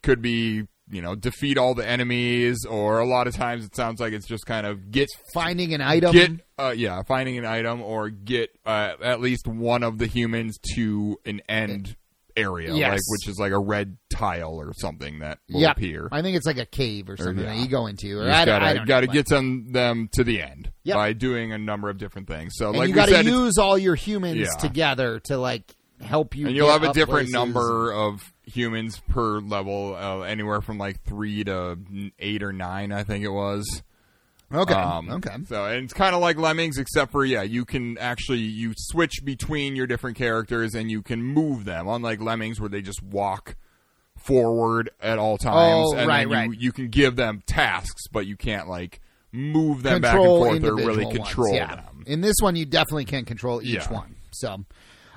S2: could be, you know, defeat all the enemies, or a lot of times it sounds like it's just kind of get
S1: Finding an item.
S2: get uh, yeah, finding an item or get uh, at least one of the humans to an end area,
S1: Yes.
S2: like which is like a red tile or something that will
S1: Yep.
S2: appear.
S1: I think it's like a cave or something
S2: yeah.
S1: that you go into. Or
S2: You
S1: I,
S2: just
S1: don't- I
S2: gotta
S1: don't
S2: gotta
S1: know,
S2: get them them to the end
S1: Yep.
S2: by doing a number of different things. So
S1: but- and
S2: like
S1: you
S2: we
S1: gotta
S2: said, it's-
S1: use all your humans
S2: Yeah.
S1: together to like help you.
S2: and you'll
S1: get
S2: have a
S1: up
S2: different
S1: places.
S2: number of humans per level, uh, anywhere from like three to eight or nine, I think it was.
S1: Okay.
S2: Um,
S1: okay.
S2: So and it's kind of like Lemmings, except for yeah, you can actually you switch between your different characters and you can move them. Unlike Lemmings, where they just walk forward at all times,
S1: Oh,
S2: and
S1: right,
S2: then you,
S1: right.
S2: you can give them tasks, but you can't like move them
S1: control
S2: back and forth or
S1: individual
S2: really
S1: ones,
S2: control
S1: yeah.
S2: them.
S1: In this one, you definitely can't control each
S2: Yeah.
S1: one. So,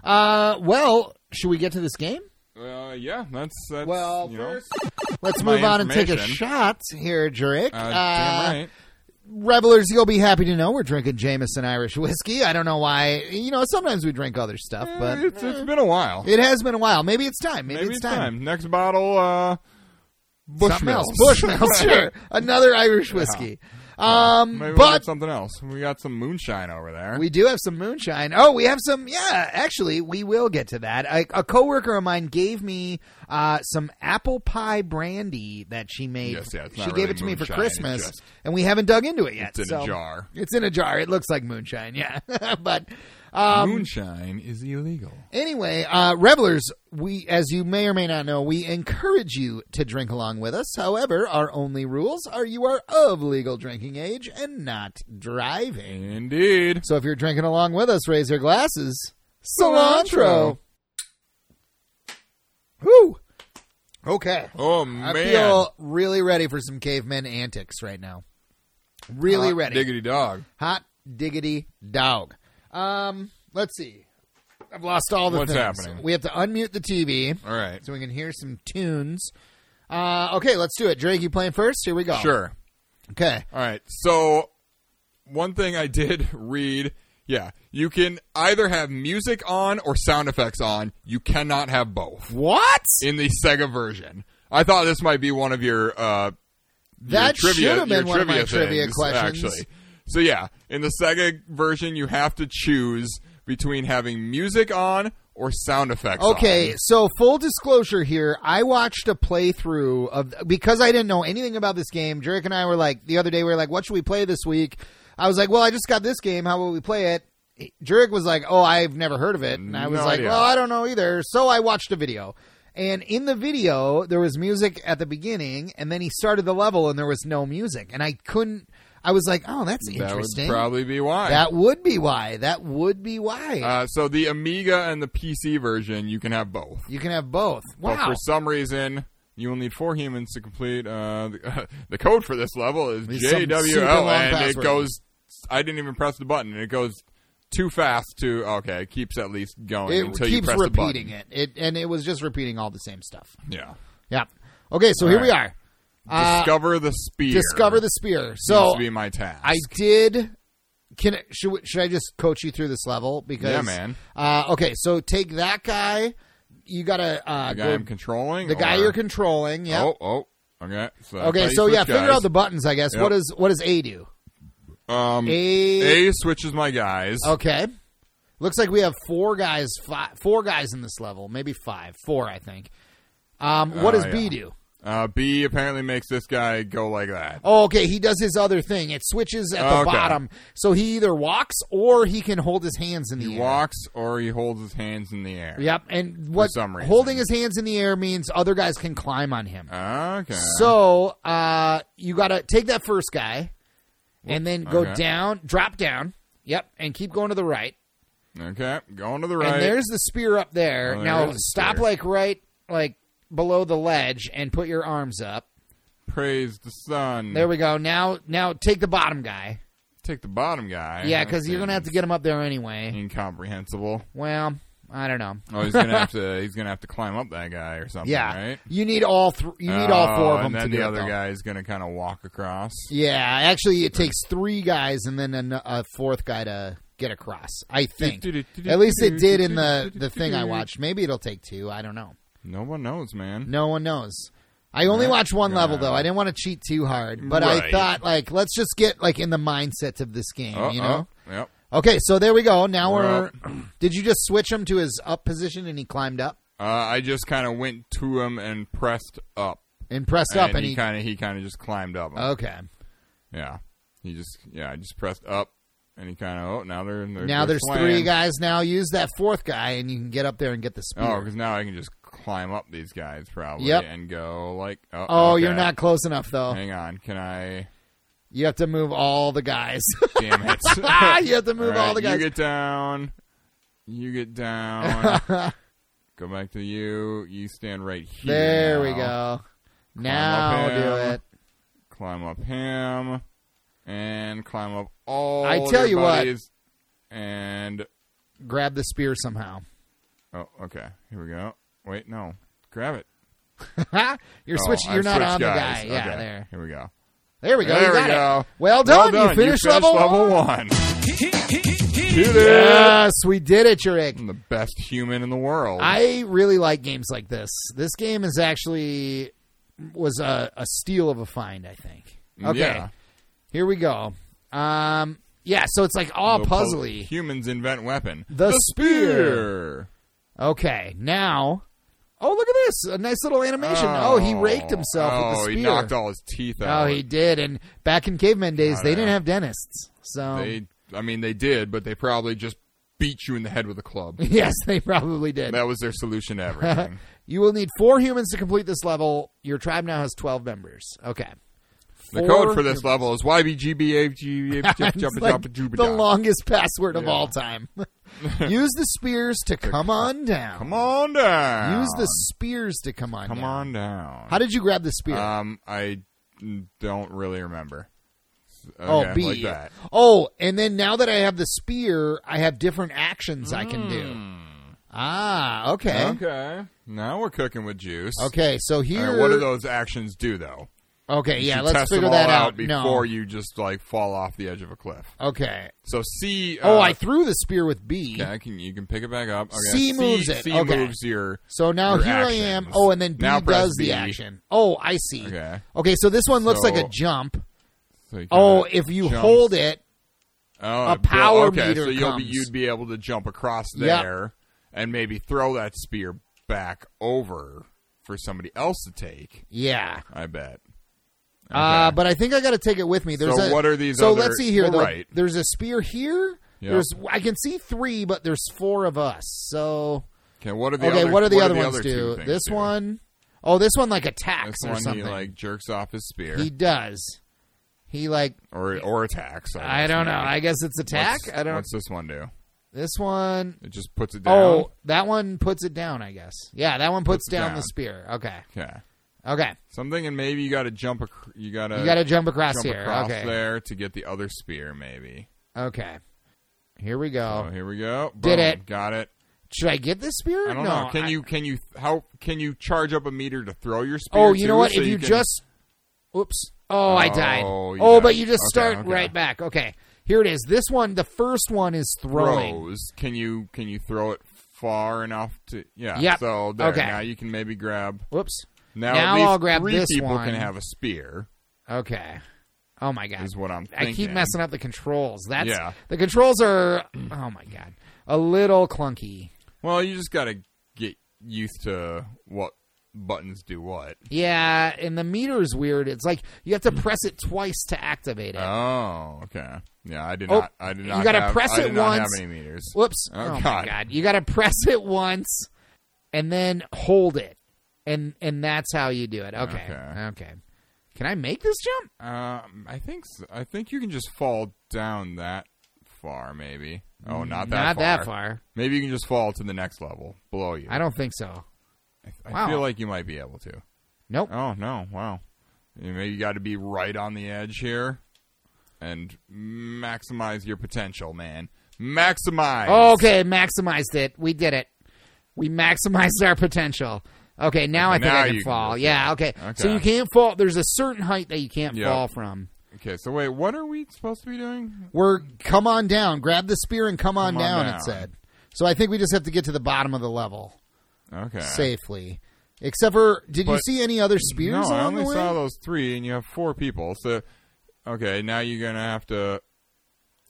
S1: uh, well, should we get to this game?
S2: Uh, yeah, that's, that's
S1: Well,
S2: you know,
S1: first- (laughs) Let's
S2: My
S1: move on and take a
S2: information.
S1: shot here, Drake.
S2: uh, damn right.
S1: Revelers, you'll be happy to know we're drinking Jameson Irish whiskey. I don't know why. You know, sometimes we drink other stuff, but
S2: it's, it's been a while.
S1: it has been a while. Maybe it's time. Maybe,
S2: Eh. Maybe it's time. Next bottle, uh,
S1: Something
S2: Bushmills.
S1: else. (laughs) Bushmills, sure. Another Irish whiskey. Um,
S2: (laughs) Maybe we
S1: but
S2: got something else. We got some moonshine over there.
S1: We do have some moonshine. Oh, we have some. Yeah, actually, we will get to that. A, a coworker of mine gave me uh, some apple pie brandy that she made.
S2: Yes, yeah, it's
S1: she
S2: not
S1: gave
S2: really
S1: it to me for
S2: moonshine, it's
S1: Christmas,
S2: just-
S1: and we haven't dug into it yet.
S2: It's in
S1: so-
S2: a jar.
S1: It's in a jar. It looks like moonshine. Yeah, (laughs) but. Um,
S2: moonshine is illegal.
S1: Anyway, uh, revelers, we, as you may or may not know, we encourage you to drink along with us. However, our only rules are you are of legal drinking age and not driving.
S2: Indeed.
S1: So if you're drinking along with us, raise your glasses. Cilantro. Whew. Okay.
S2: Oh man,
S1: I feel really ready for some caveman antics right now. Really
S2: Hot
S1: ready.
S2: Diggity dog.
S1: Hot diggity dog. Um, let's see. I've lost all the
S2: What's
S1: things.
S2: happening?
S1: We have to unmute the TV
S2: All right.
S1: so we can hear some tunes. Uh, okay, let's do it. Drake, you playing first? Here we go.
S2: Sure.
S1: Okay.
S2: All right. So one thing I did (laughs) read, yeah, you can either have music on or sound effects on. You cannot have both
S1: What?
S2: in the Sega version. I thought this might be one of your uh your
S1: That
S2: trivia-
S1: should have been
S2: your
S1: one of my trivia
S2: things,
S1: questions.
S2: Actually. So yeah, in the Sega version you have to choose between having music on or sound effects
S1: Okay,
S2: on.
S1: so full disclosure here, I watched a playthrough of because I didn't know anything about this game. Drake and I were like the other day we were like, "What should we play this week?" I was like, "Well, I just got this game. How will we play it?" Drake was like, "Oh, I've never heard of it," and I was
S2: No
S1: like,
S2: idea.
S1: "Well, I don't know either." So I watched a video, and in the video there was music at the beginning, and then he started the level, and there was no music, and I couldn't. I was like, "Oh, that's
S2: That would
S1: interesting."
S2: probably be why.
S1: that would be why. That would be why.
S2: uh, so the Amiga and the PC version, you can have both.
S1: you can have both. Wow.
S2: But for some reason, you will need four humans to complete uh, the, (laughs) the code for this level is
S1: Need some super
S2: JWL,
S1: long
S2: and it
S1: password.
S2: goes. I didn't even press the button, and it goes too fast to. Okay, it keeps at least going
S1: It
S2: until you
S1: keeps
S2: press
S1: repeating
S2: the
S1: it. It and it was just repeating all the same stuff.
S2: button. Yeah.
S1: Yeah. Okay, so here we
S2: All
S1: are. Uh,
S2: discover the spear.
S1: discover the spear.
S2: Seems
S1: So
S2: to be my task.
S1: I did. Can I- should we- should I just coach you through this level? Because
S2: Yeah, man.
S1: Uh, okay, so take that guy. You gotta uh,
S2: the guy
S1: go-
S2: I'm controlling.
S1: the guy
S2: or-
S1: you're controlling. Yeah.
S2: Oh, oh. Okay. So that's how
S1: okay,
S2: you
S1: so yeah,
S2: switch
S1: figure out
S2: guys.
S1: the buttons. I guess.
S2: Yep.
S1: What does what does A do?
S2: um,
S1: A.
S2: A switches my guys.
S1: Okay. Looks like we have four guys. Five, four guys in this level. Maybe five. Four, I think. Um, what
S2: Oh,
S1: does B
S2: yeah.
S1: do?
S2: Uh, B apparently makes this guy go like that.
S1: Oh, okay. He does his other thing. It switches at the
S2: Okay.
S1: bottom, so he either walks or he can hold his hands in the
S2: He
S1: air.
S2: walks or he holds his hands in the air.
S1: Yep. And what
S2: some reason. Uh-huh.
S1: holding his hands in the air means other guys can climb on him.
S2: Okay.
S1: So uh, you got to take that first guy, and then go
S2: Okay.
S1: down, drop down. Yep, and keep going to the right.
S2: okay, going to the right.
S1: And there's the spear up there.
S2: Oh, there
S1: now
S2: is a
S1: stop
S2: spear.
S1: like right, like below the ledge, and put your arms up.
S2: Praise the sun.
S1: There we go. Now, now take the bottom guy.
S2: Take the bottom guy.
S1: Yeah, because you're gonna have to get him up there anyway.
S2: Incomprehensible.
S1: Well, I don't know.
S2: Oh, he's gonna have
S1: (laughs)
S2: to. He's gonna have to climb up that guy or something.
S1: Yeah,
S2: Right.
S1: you need all thr you need all
S2: Oh,
S1: four of them
S2: And then
S1: to do
S2: the
S1: it,
S2: other
S1: though.
S2: guy is gonna kind of walk across.
S1: Yeah, actually, it takes three guys and then a, a fourth guy to get across. I think at least it did in the the thing I watched. Maybe it'll take two. I don't know.
S2: No one knows, man.
S1: No one knows. I only
S2: Right.
S1: watched one level
S2: Yeah.
S1: though. I didn't want to cheat too hard, but I
S2: Right.
S1: thought like let's just get like in the mindset of this game,
S2: Oh,
S1: you know.
S2: oh, yep.
S1: Okay, so there we go. Now
S2: We're
S1: we're. (clears throat) Did you just switch him to his up position and he climbed up
S2: Uh, I just kind of went to him and pressed up.
S1: and pressed up
S2: and
S1: and he?
S2: kind of he kind of just climbed up.
S1: okay.
S2: Yeah. He just yeah, I just pressed up and he kind of oh now they're, they're
S1: now
S2: they're
S1: there's three
S2: slaying.
S1: guys. Now use that fourth guy, and you can get up there and get the spear.
S2: Oh,
S1: Oh,
S2: because now I can just climb up these guys probably
S1: Yep.
S2: and go like oh, okay.
S1: you're not close enough though.
S2: Hang on,
S1: (laughs)
S2: can I?
S1: You have to move all the guys.
S2: (laughs)
S1: (laughs)
S2: Damn it!
S1: Ah, you
S2: (laughs)
S1: have to move all
S2: right,
S1: the guys.
S2: You get down. You get down.
S1: (laughs)
S2: go back to you. You stand right here.
S1: there we
S2: now.
S1: go.
S2: up
S1: Now do
S2: him.
S1: it.
S2: Climb up him, and climb up all.
S1: I tell
S2: their
S1: you what.
S2: buddies, And
S1: Grab the spear somehow. (laughs)
S2: oh, okay. Here we go. Wait, no, grab it.
S1: you're
S2: Oh,
S1: switching.
S2: I
S1: You're not
S2: switched
S1: on the
S2: guys.
S1: guy. Yeah,
S2: Okay,
S1: there.
S2: Here we go.
S1: There we go.
S2: There
S1: you
S2: we
S1: got
S2: go.
S1: It. Well done. You finished level,
S2: level
S1: one.
S2: one. Did it.
S1: Yes, we did it, Jurek.
S2: I'm the best human in the world.
S1: I really like games like this. This game is actually was a, a steal of a find, I think. Okay.
S2: Yeah.
S1: Here we go. Um yeah, so it's like all
S2: The pol-
S1: puzzly.
S2: humans invent weapon.
S1: The
S2: spear.
S1: Okay. Now Oh look at this. A nice little animation. Oh, he raked himself
S2: Oh,
S1: with the spear.
S2: he knocked all his teeth
S1: oh,
S2: out.
S1: he did. And back in caveman days
S2: Oh,
S1: they
S2: yeah.
S1: didn't have dentists. So
S2: They, I mean, they did, but they probably just beat you in the head with a
S1: (laughs)
S2: club.
S1: Yes, they probably did.
S2: that was their solution to everything.
S1: You will need four humans to complete this level. Your tribe now has twelve members. Okay.
S2: the
S1: Four
S2: code for this
S1: humans.
S2: level is
S1: It's like the
S2: YBGBAG.
S1: longest password of
S2: Yeah.
S1: all time. (laughs) Use the spears to come on down.
S2: Come on down.
S1: Use the spears to come on
S2: Come
S1: down.
S2: on down.
S1: How did you grab the spear?
S2: Um, I don't really remember.
S1: Oh,
S2: Okay,
S1: B.
S2: like that.
S1: Oh, and then now that I have the spear, I have different actions I can do. Ah, okay. okay.
S2: Hmm. Okay. Now we're cooking with juice.
S1: so
S2: All
S1: here.
S2: right, what do those actions do though?
S1: Okay, yeah,
S2: You
S1: let's
S2: test them
S1: figure
S2: all
S1: that
S2: out
S1: out.
S2: before
S1: no.
S2: you just like fall off the edge of a cliff.
S1: Okay.
S2: So C.
S1: Oh,
S2: uh,
S1: I threw the spear with B.
S2: Yeah, I can, you can pick it back up. Okay.
S1: C moves it.
S2: C
S1: Okay.
S2: moves your.
S1: So now
S2: Your
S1: here I am.
S2: actions.
S1: Oh, and then B
S2: Now press
S1: does
S2: B.
S1: the action. Oh, I see.
S2: Okay.
S1: Okay, so this one looks
S2: So-
S1: like a jump.
S2: so you
S1: Oh,
S2: kinda
S1: if you
S2: jump.
S1: hold it,
S2: oh,
S1: a
S2: it built-
S1: power
S2: okay,
S1: meter
S2: so you'll be
S1: comes.
S2: you'd be able to jump across
S1: Yep.
S2: there and maybe throw that spear back over for somebody else to take.
S1: yeah.
S2: I bet.
S1: Uh,
S2: Okay.
S1: but I think I got to take it with me. There's
S2: So
S1: a,
S2: what are these
S1: So
S2: other-
S1: let's see here.
S2: well,
S1: though.
S2: right.
S1: There's a spear here.
S2: Yeah.
S1: There's I can see three, but there's four of us. So
S2: Okay, what are the
S1: okay,
S2: other,
S1: what are the other
S2: other
S1: ones
S2: two
S1: do?
S2: things
S1: This
S2: do?
S1: one, oh, this one like
S2: This
S1: attacks or
S2: one
S1: something.
S2: he like jerks off his spear
S1: He does. He like
S2: or or attacks.
S1: I
S2: guess,
S1: don't know.
S2: maybe.
S1: I guess it's attack.
S2: What's-
S1: I don't.
S2: What's this one do?
S1: This one
S2: It just puts it down.
S1: oh that one puts it down. I guess. Yeah, that one puts
S2: Puts it
S1: down, the
S2: down.
S1: spear. Okay.
S2: Okay.
S1: Okay.
S2: Something, and maybe you got to jump. Ac- you got to
S1: You got to jump across
S2: Uh, jump
S1: here.
S2: across
S1: okay.
S2: there to get the other spear. Maybe.
S1: Okay. Here we
S2: Oh,
S1: go.
S2: here we go.
S1: Did
S2: Boom.
S1: it.
S2: Got it.
S1: Should I get this spear?
S2: I don't
S1: no.
S2: know. Can
S1: I-
S2: you can you how can you charge up a meter to throw your spear?
S1: Oh, you know
S2: too,
S1: what?
S2: so
S1: if you,
S2: can-
S1: just, oops. Oh, I died.
S2: Oh, you
S1: Oh,
S2: died.
S1: but you just
S2: Okay,
S1: start
S2: okay.
S1: right back. Okay, here it is. This one, the first one is throwing.
S2: throws, can you can you throw it far enough to? Yeah.
S1: Yep.
S2: So there,
S1: Okay.
S2: now you can maybe grab.
S1: Oops.
S2: Now,
S1: Now
S2: at least
S1: I'll grab
S2: three
S1: this
S2: people
S1: one.
S2: can have a spear.
S1: Okay. Oh my god.
S2: Is what I'm.
S1: I
S2: Thinking.
S1: keep messing up the controls. That's
S2: Yeah.
S1: the controls are. Oh my god, a little clunky.
S2: Well, you just got to get used to what buttons do what.
S1: Yeah, and the meter's weird. It's like you have
S2: Hmm.
S1: to press it twice to activate it.
S2: Oh, okay. Yeah, I did
S1: Oh,
S2: not. I did not.
S1: you gotta
S2: have-
S1: press
S2: I did
S1: it
S2: not have
S1: once.
S2: any meters.
S1: Whoops.
S2: Oh,
S1: Oh, my
S2: God.
S1: god. You got to press it once and then hold it. And and that's how you do it. Okay. Okay.
S2: Okay.
S1: Can I make this jump?
S2: Um, I think so. I think you can just fall down that far, maybe. Oh, not that
S1: Not
S2: far.
S1: that far.
S2: Maybe you can just fall to the next level below you.
S1: I don't think so.
S2: I
S1: wow.
S2: feel like you might be able to.
S1: Nope.
S2: Oh no! Wow. You maybe you got to be right on the edge here, and maximize your potential, man. Maximize.
S1: okay, maximized it. We did it. We maximized our potential. Okay, now I think
S2: Now
S1: I can
S2: you can
S1: fall.
S2: go.
S1: yeah, okay. So
S2: Okay.
S1: you can't fall. There's a certain height that you can't
S2: Yep.
S1: fall from.
S2: Okay. So wait, what are we supposed to be doing?
S1: We're come on down. Grab the spear and come on,
S2: Come on
S1: down,
S2: down.
S1: it said. So I think we just have to get to the bottom of the level.
S2: Okay.
S1: safely. Except for, did you
S2: Uh-huh. But-
S1: see any other spears
S2: No, I
S1: along
S2: only
S1: the way?
S2: saw those three, and you have four people. So, okay, now you're gonna have to.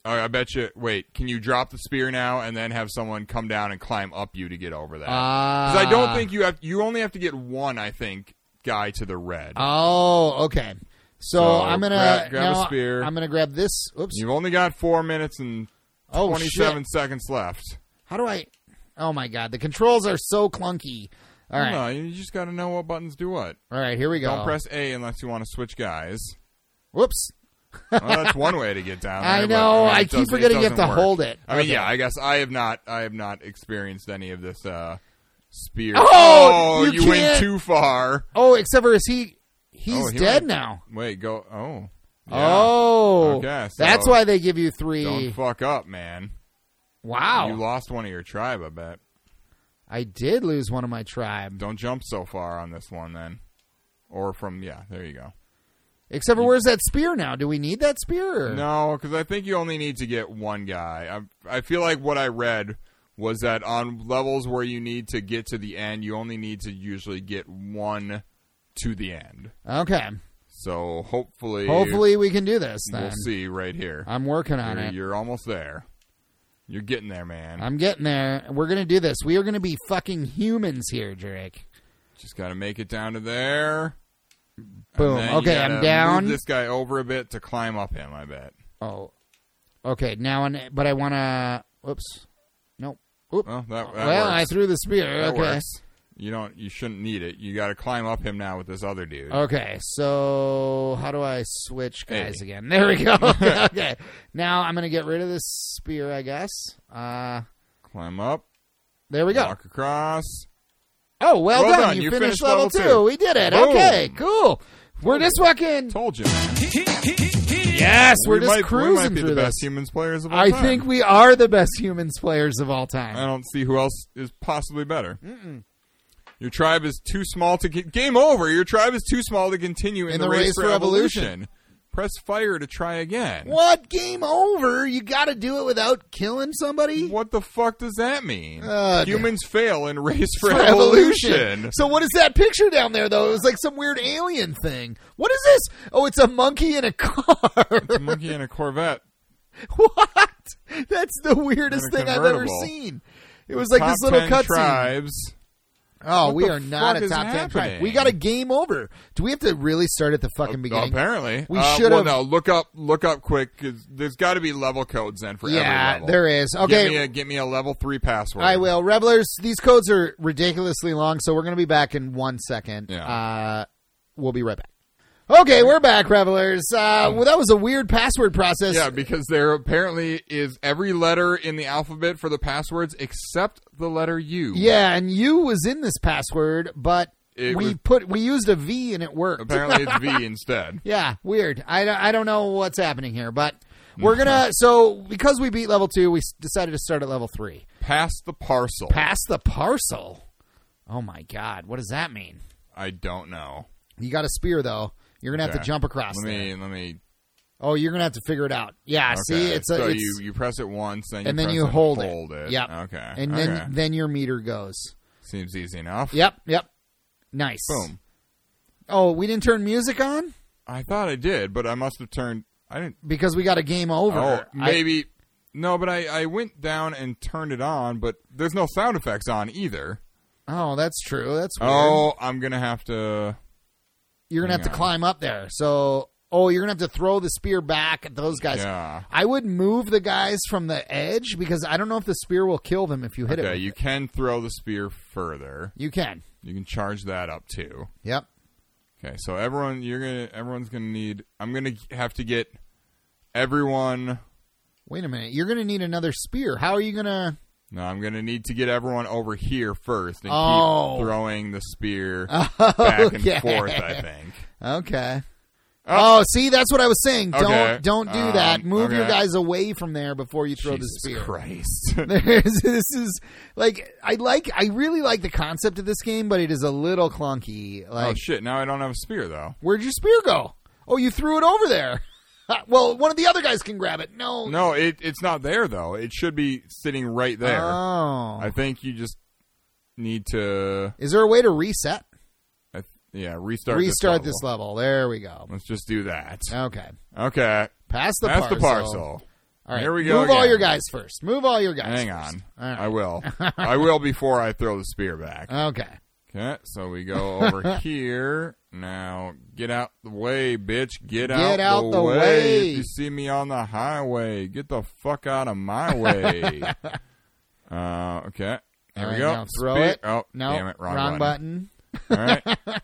S2: All right, I bet you. Wait, can you drop the spear now and then have someone come down and climb up you to get over that? Because I don't
S1: Ah.
S2: think you have. You only have to get one, I think, guy to the red.
S1: Oh, okay. So,
S2: So,
S1: I'm gonna
S2: grab- grab a
S1: now
S2: spear.
S1: I'm gonna grab this. Oops.
S2: You've only got four minutes and
S1: oh
S2: twenty-seven
S1: shit!
S2: seconds left.
S1: How do I? Oh my god, the controls are so clunky. All right, Oh.
S2: No, you just got to know what buttons do what.
S1: all right, here we go.
S2: Don't press A unless you want to
S1: (laughs)
S2: switch guys.
S1: Whoops.
S2: well, that's one way to get down. There,
S1: I
S2: but,
S1: know,
S2: mean,
S1: I
S2: it
S1: keep
S2: doesn't- it
S1: forgetting you have
S2: doesn't
S1: to
S2: work.
S1: hold it.
S2: I mean,
S1: Okay.
S2: yeah, I guess I have not. I have not experienced any of this uh, spear.
S1: Oh, you
S2: went
S1: can't-
S2: too far.
S1: Oh, except for is he? He's
S2: Oh, he
S1: dead
S2: went-
S1: now.
S2: Wait, go. Oh, Yeah.
S1: Oh,
S2: Okay, so-
S1: that's why they give you 3
S2: Don't fuck up, man.
S1: wow,
S2: You lost one of your tribe. I bet.
S1: I did lose one of my tribe.
S2: Don't jump so far on this one, then. Or from yeah, there you go.
S1: Except for where's that spear now? Do we need that spear? Or?
S2: No, because I think you only need to get one guy. I, I feel like what I read was that on levels where you need to get to the end, you only need to usually get one to the end.
S1: Okay.
S2: So hopefully,
S1: Hopefully we can do this then.
S2: we'll see right here.
S1: I'm working on
S2: You're,
S1: it.
S2: you're almost there. You're getting there, man.
S1: I'm getting there. We're going to do this. We are going to be fucking humans here, Drake.
S2: Just got to make it down to there.
S1: Boom.
S2: And then you
S1: Okay,
S2: gotta
S1: I'm down.
S2: Move this guy over a bit to climb up him. I bet.
S1: Oh. Okay, now and but I want to Oops. Nope. Oop.
S2: Well, that, that
S1: well, I
S2: works.
S1: threw the spear.
S2: that
S1: okay.
S2: works. You don't. You shouldn't need it. You got to climb up him now with this other dude.
S1: Okay, so how do I switch guys
S2: Hey.
S1: again? There we
S2: (laughs)
S1: go. (laughs) okay. Now I'm going to get rid of this spear, I guess. Uh
S2: Climb up.
S1: there we go.
S2: Walk across.
S1: Oh, well,
S2: Well
S1: done.
S2: done.
S1: You,
S2: You
S1: finished,
S2: finished
S1: level
S2: level
S1: two.
S2: two.
S1: We did it.
S2: Boom.
S1: Okay, cool. We're just fucking
S2: Told you, man.
S3: Yeah.
S1: Yes, we're
S2: we
S1: just
S2: might,
S1: cruising
S2: we might be
S1: through
S2: the
S1: this.
S2: best humans players of all
S1: I
S2: time.
S1: think we are the best humans players of all time.
S2: I don't see who else is possibly better. Your tribe is too small to get, game over. Your tribe is too small to continue in,
S1: In the race for evolution.
S2: evolution. Press fire to try again.
S1: What game over? You got to do it without killing somebody.
S2: What the fuck does that mean?
S1: Uh,
S2: Humans fail in race for,
S1: For
S2: evolution.
S1: So what is that picture down there though? It was like some weird alien thing. What is this? Oh, it's a monkey in a car. (laughs)
S2: A monkey and a Corvette.
S1: what? That's the weirdest
S2: In a
S1: thing I've ever
S2: convertible.
S1: seen. It was like
S2: Top
S1: this little
S2: 10
S1: cutscene.
S2: tribes.
S1: Oh,
S2: What
S1: we
S2: the
S1: are not
S2: fuck
S1: a
S2: is
S1: top ten tribe.
S2: happening?
S1: We got a game over. Do we have to really start at the fucking beginning?
S2: apparently,
S1: We
S2: Uh,
S1: should
S2: well,
S1: have-
S2: no, look up, look up quick. 'cause there's got to be level codes then for every
S1: yeah,
S2: level.
S1: there is.
S2: Get me
S1: Okay,
S2: a, get me a level three password.
S1: I will. Revelers, these codes are ridiculously long, so we're going to be back in one second.
S2: Yeah.
S1: Uh, we'll be right back. Okay, we're back, Revelers. Uh, well, that was a weird password process.
S2: Yeah, because there apparently is every letter in the alphabet for the passwords except the letter U.
S1: Yeah, and you was in this password, but
S2: It
S1: we
S2: was-
S1: put we used a V and it worked.
S2: Apparently it's
S1: (laughs)
S2: V instead.
S1: Yeah, weird. I, don't- I don't know what's happening here, but we're
S2: Mm-hmm.
S1: gonna. So because we beat level two, we s- decided to start at level three.
S2: Pass the parcel.
S1: Pass the parcel. Oh my god, what does that mean?
S2: I don't know.
S1: You got a spear though. You're gonna have
S2: Okay.
S1: to jump across.
S2: Let
S1: there.
S2: me let me.
S1: Oh, you're gonna have to figure it out. Yeah,
S2: Okay.
S1: see, it's a,
S2: so
S1: it's,
S2: you you press it once, then you
S1: and then
S2: press
S1: you
S2: it,
S1: hold,
S2: hold it.
S1: Yep.
S2: Okay.
S1: And
S2: okay.
S1: then then your meter goes.
S2: seems easy enough.
S1: Yep. Yep. Nice.
S2: Boom.
S1: Oh, we didn't turn music on
S2: I thought I did, but I must have turned. I didn't.
S1: because we got a game over.
S2: Oh,
S1: I-
S2: maybe. no, but I, I went down and turned it on, but there's no sound effects on either.
S1: oh, that's true. That's weird.
S2: Oh, I'm gonna have to.
S1: you're gonna have to
S2: Hang on.
S1: climb up there. So, oh, you're gonna have to throw the spear back at those guys.
S2: Yeah.
S1: I would move the guys from the edge because I don't know if the spear will kill them if you hit it.
S2: Okay,
S1: with
S2: you
S1: it.
S2: can throw the spear further.
S1: You can.
S2: You can charge that up too.
S1: Yep.
S2: Okay, so everyone, you're gonna, everyone's gonna need. I'm gonna have to get everyone.
S1: Wait a minute. You're gonna need another spear. How are you gonna? (laughs)
S2: No, I'm gonna need to get everyone over here first and
S1: Oh.
S2: keep throwing the
S1: (laughs)
S2: spear back and
S1: Okay.
S2: forth. I think.
S1: Okay.
S2: Oh.
S1: Oh, see, that's what I was saying. Don't
S2: Okay.
S1: don't do
S2: Um,
S1: that. Move your
S2: okay.
S1: guys away from there before you throw
S2: Jesus
S1: the spear.
S2: Christ! (laughs) Oh,
S1: There's, (laughs) this is like I like I really like the concept of this game, but it is a little clunky. Like
S2: oh shit! Now I don't have a spear though.
S1: Where'd your spear go? Oh, you threw it over there. (laughs) well, one of the other guys can grab it. No.
S2: No, it, it's not there though. It should be sitting right there.
S1: Oh.
S2: I think you just need to,
S1: Is there a way to reset?
S2: I, yeah, restart.
S1: Restart
S2: this.
S1: this level. There we go.
S2: Let's just do that.
S1: Okay.
S2: Okay.
S1: Pass the
S2: That's
S1: parcel.
S2: the parcel.
S1: All right.
S2: Here we go
S1: Move all
S2: again.
S1: your guys first. Move all your guys.
S2: Hang
S1: first.
S2: on.
S1: All right. (laughs)
S2: I will. I will before I throw the spear back.
S1: okay.
S2: Okay, so we go
S1: (laughs)
S2: over here. Now, get out the way, bitch. Get,
S1: Get out the
S2: way.
S1: way.
S2: If you see me on the highway, get the fuck out of
S1: (laughs)
S2: my way. uh, okay.
S1: All
S2: There we
S1: right,
S2: go.
S1: now throw
S2: Spear-
S1: it.
S2: Oh,
S1: no.
S2: damn it. Wrong,
S1: button.
S2: All right.
S1: (laughs)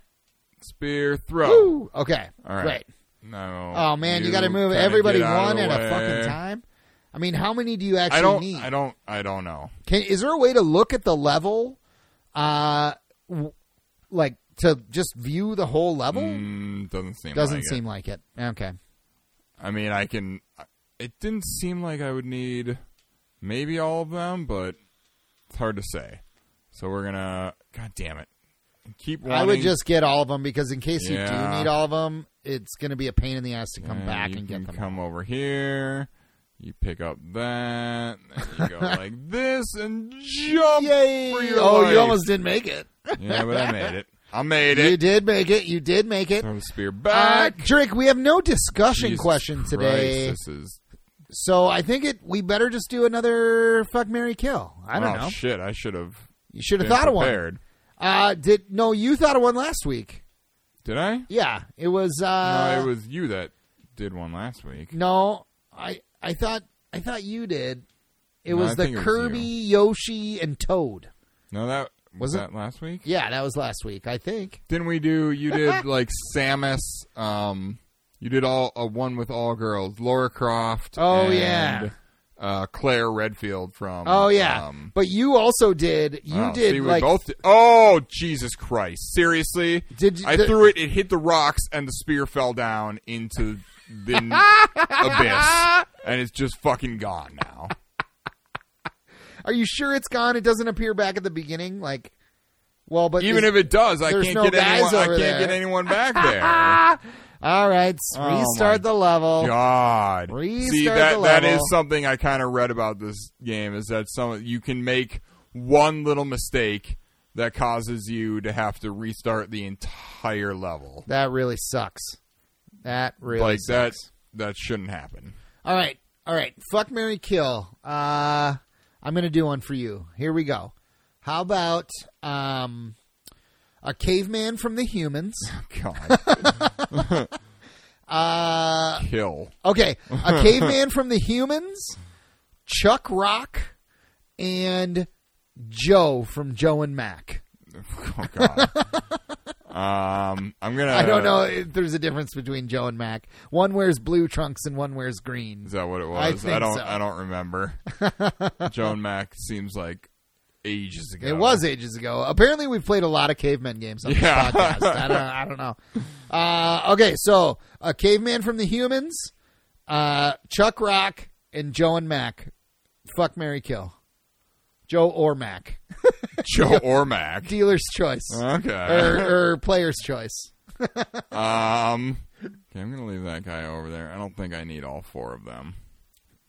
S2: Spear throw.
S1: Woo. Okay.
S2: All right.
S1: Great.
S2: No.
S1: Oh man, you, got to
S2: kinda
S1: move
S2: get
S1: everybody
S2: out of
S1: one
S2: the
S1: at a
S2: way.
S1: fucking time. I mean, how many do you actually
S2: I don't.
S1: need?
S2: I don't. I don't know.
S1: Can is there a way to look at the level, uh, w- like to just view the whole level?
S2: Mm, doesn't seem.
S1: Doesn't
S2: like it.
S1: seem like it. Okay.
S2: I mean, I can. It didn't seem like I would need maybe all of them, but it's hard to say. So we're gonna. God damn it! Keep. Wanting,
S1: I would just get all of them because in case you do
S2: Yeah.
S1: need all of them, it's going to be a pain in the ass to come
S2: Yeah,
S1: back
S2: you
S1: and
S2: can
S1: get them.
S2: Come over here. You pick up that. And you
S1: (laughs)
S2: go like this and jump.
S1: Yay!
S2: For your
S1: Oh,
S2: life.
S1: you almost didn't make it.
S2: Yeah, but I made it. I made
S1: You
S2: it.
S1: did make it. You did make it.
S2: Throw the spear
S1: Uh,
S2: back.
S1: Drake, we have no discussion
S2: Jesus
S1: question
S2: Christ,
S1: today,
S2: This is
S1: so I think it. We better just do another fuck Mary kill. I don't
S2: oh,
S1: know.
S2: Shit, I should have.
S1: you should have
S2: been
S1: thought of one.
S2: prepared.
S1: Uh, did no? You thought of one last week.
S2: Did I?
S1: Yeah, it was. Uh,
S2: no, it was you that did one last week.
S1: no, I I thought I thought you did. It
S2: No,
S1: was
S2: I
S1: the
S2: think it was
S1: Kirby, Yoshi, and Toad.
S2: No, that was,
S1: Was it?
S2: that last week.
S1: Yeah, that was last week, I think.
S2: Didn't we
S1: (laughs)
S2: do? You did like Samus. Um, you did all a one with all girls. Laura Croft.
S1: Oh,
S2: and,
S1: yeah.
S2: Uh, Claire Redfield from.
S1: Oh yeah,
S2: Um,
S1: but you also did. You
S2: wow,
S1: did
S2: see, we
S1: like
S2: both did- Oh Jesus Christ! Seriously,
S1: Did you-
S2: I
S1: the-
S2: threw it? It hit the rocks, and the spear fell down into the
S1: (laughs)
S2: abyss, and it's just fucking gone now.
S1: Are you sure it's gone? It doesn't appear back at the beginning. Like, well, but
S2: Even if it does, I
S1: There's
S2: can't
S1: no
S2: get
S1: guys
S2: anyone. I
S1: over
S2: can't
S1: there.
S2: get anyone back
S1: (laughs)
S2: there.
S1: all right, s-
S2: Oh, my
S1: restart the level.
S2: God, see
S1: Restart
S2: that
S1: Oh, the
S2: that
S1: level.
S2: is something I kind of read about this game is that some you can make one little mistake that causes you to have to restart the entire level.
S1: That really sucks. That really
S2: Like that
S1: sucks.
S2: that
S1: (laughs)
S2: shouldn't happen.
S1: All right, all right. Fuck Mary Kill. Uh, I'm gonna do one for you. Here we go. How about um, a caveman from the humans?
S2: God,
S1: (laughs) Uh,
S2: kill.
S1: okay, a caveman from the humans, Chuck Rock, and Joe from Joe and Mac.
S2: Oh
S1: (laughs)
S2: God. um, I'm gonna.
S1: I don't know if there's a difference between Joe and Mac. One wears blue trunks and one wears green.
S2: Is that what it was?
S1: I think
S2: don't.
S1: so.
S2: I
S1: (laughs)
S2: don't remember. Joan Mac seems like ages ago.
S1: It was ages ago. Apparently, we've played a lot of cavemen games on
S2: Yeah.
S1: this podcast. I don't, I don't know. Uh, okay, so a caveman from the humans, uh, Chuck Rock, and Joe and Mac. Fuck Mary Kill. Joe or Mac.
S2: (laughs) Joe or Mac.
S1: Dealer's choice.
S2: Uh. Okay.
S1: or, or player's choice.
S2: um. Okay, I'm gonna leave that guy over there. I don't think I need all four of them.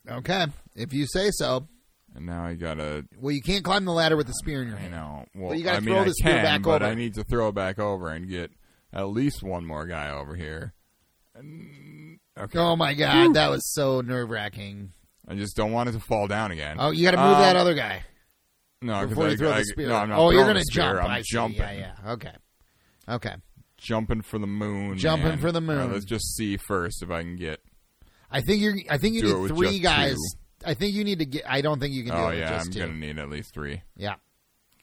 S1: Okay, if you say so.
S2: And now I gotta.
S1: Well, you can't climb the ladder with a spear in your
S2: You
S1: hand.
S2: know. Well,
S1: Well, you gotta
S2: I mean,
S1: throw
S2: I
S1: the spear
S2: can,
S1: back
S2: but
S1: over.
S2: I need to throw it back over and get at least one more guy over here. And- Okay.
S1: Oh my god, that was so nerve wracking.
S2: I just don't want it to fall down again.
S1: Oh, you got to move
S2: Um,
S1: that other guy.
S2: No, 'cause
S1: before
S2: I,
S1: you throw
S2: I-
S1: the spear.
S2: No, I'm not
S1: oh, you're
S2: throwing
S1: gonna
S2: the spear.
S1: jump.
S2: I'm
S1: I see.
S2: jumping.
S1: Yeah, yeah. Okay, okay.
S2: Jumping for the moon.
S1: Jumping
S2: man.
S1: for the
S2: All right,
S1: moon.
S2: let's just see first if I can get.
S1: I think you're. I think you
S2: Do it
S1: need
S2: with
S1: three
S2: just
S1: guys.
S2: two.
S1: I think you need to get. I don't think you can do
S2: Oh
S1: it with
S2: yeah,
S1: just
S2: I'm
S1: 2
S2: gonna need at least three.
S1: Yeah,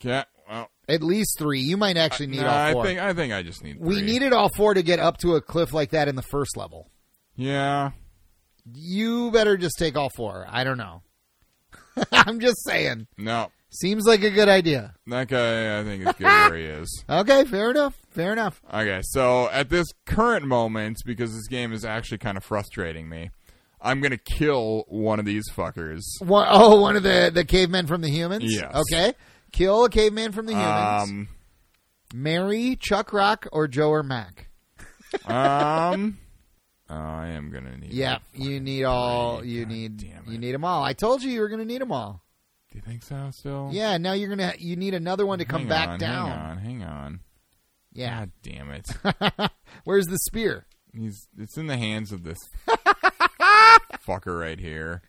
S2: Yeah. Well,
S1: at least three. You might actually need
S2: Uh, nah,
S1: all
S2: I
S1: four.
S2: think I think I just need.
S1: we
S2: three.
S1: needed all four to get up to a cliff like that in the first level.
S2: Yeah.
S1: You better just take all four. I don't know. (laughs) I'm just saying.
S2: No,
S1: Seems like a good idea.
S2: that guy I think is good
S1: (laughs)
S2: where he is.
S1: Okay, fair enough. Fair enough.
S2: Okay, so at this current moment, because this game is actually kind of frustrating me, I'm gonna kill one of these fuckers.
S1: One, oh, one of the the cavemen from the humans.
S2: Yes.
S1: Okay. Kill a caveman from the humans.
S2: Um.
S1: Mary, Chuck Rock, or Joe or Mac. (laughs)
S2: um. I am gonna need.
S1: Yeah, you need all.
S2: three.
S1: You
S2: God
S1: need.
S2: damn
S1: You
S2: it.
S1: need them all. I told you you were gonna need them all.
S2: Do you think so? Still.
S1: Yeah. Now you're gonna. You need another one to come
S2: Oh. Hang
S1: back
S2: on,
S1: down.
S2: Hang on, hang on.
S1: Yeah.
S2: God
S1: (laughs)
S2: damn it.
S1: Where's the spear?
S2: He's it's in the
S1: (laughs)
S2: hands of this fucker right here.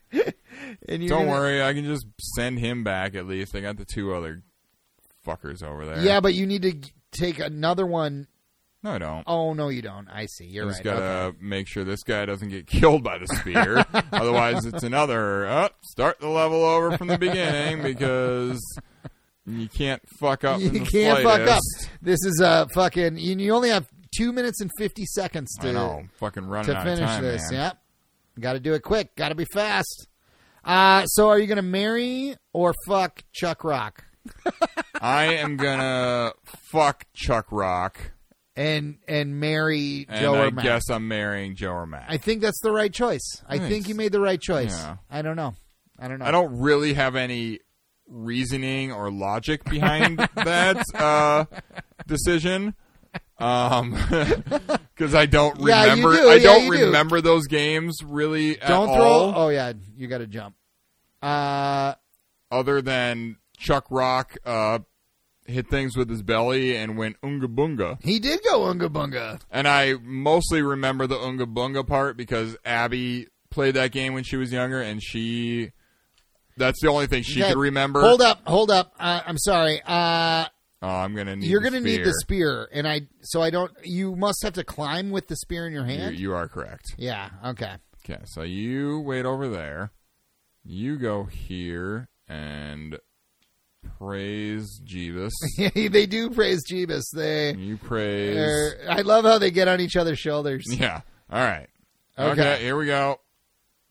S1: And you're
S2: Don't
S1: gonna-
S2: worry, I can just send him back at least. I got the two other fuckers over there.
S1: Yeah, but you need to g- take another one.
S2: No, I don't.
S1: Oh no, you don't. I see.
S2: I
S1: You're
S2: just
S1: right.
S2: gotta
S1: Okay.
S2: make sure this guy doesn't get killed by
S1: (laughs)
S2: the spear. Otherwise, it's another oh, start the level over from the beginning because you can't fuck up. in
S1: You
S2: the
S1: can't fuck up.
S2: slightest.
S1: This is a fucking. You, you only have two minutes and fifty seconds to
S2: I know. I'm fucking running
S1: to
S2: out
S1: finish
S2: of time,
S1: this.
S2: man.
S1: Yep. Got to do it quick. Got to be fast. Uh, so are you going to marry or fuck Chuck Rock?
S2: I am gonna fuck Chuck Rock,
S1: And and marry
S2: and
S1: Joe
S2: I
S1: or Mac?
S2: guess I'm marrying Joe or Mac.
S1: I think that's the right choice. I think
S2: Thanks.
S1: you made the right choice.
S2: Yeah.
S1: I don't know. I don't know.
S2: I don't really have any reasoning or
S1: (laughs)
S2: logic behind that uh, decision. Um, (laughs) because I don't
S1: Yeah, you
S2: remember.
S1: do.
S2: I
S1: Yeah,
S2: don't
S1: you do.
S2: remember those games really at
S1: Don't throw.
S2: all,
S1: Oh yeah, you got to jump. Uh,
S2: other than Chuck Rock uh, hit things with his belly and went unga bunga.
S1: he did go unga bunga.
S2: And I mostly remember the unga bunga part because Abby played that game when she was younger, and she. That's the only thing she
S1: Okay.
S2: could remember.
S1: Hold up, hold up. Uh, I'm sorry. Uh,
S2: Oh, I'm gonna need.
S1: you're
S2: the
S1: going to need the
S2: spear.
S1: spear, and I. So I don't. You must have to climb with the spear in your
S2: You,
S1: hand.
S2: you are correct.
S1: yeah. Okay.
S2: Okay, so you wait over there. You go here and praise
S1: (laughs)
S2: Jeebus.
S1: they do praise Jeebus. They.
S2: you praise.
S1: they're- I love how they get on each other's shoulders.
S2: Yeah. All right.
S1: Okay.
S2: Okay. here we go.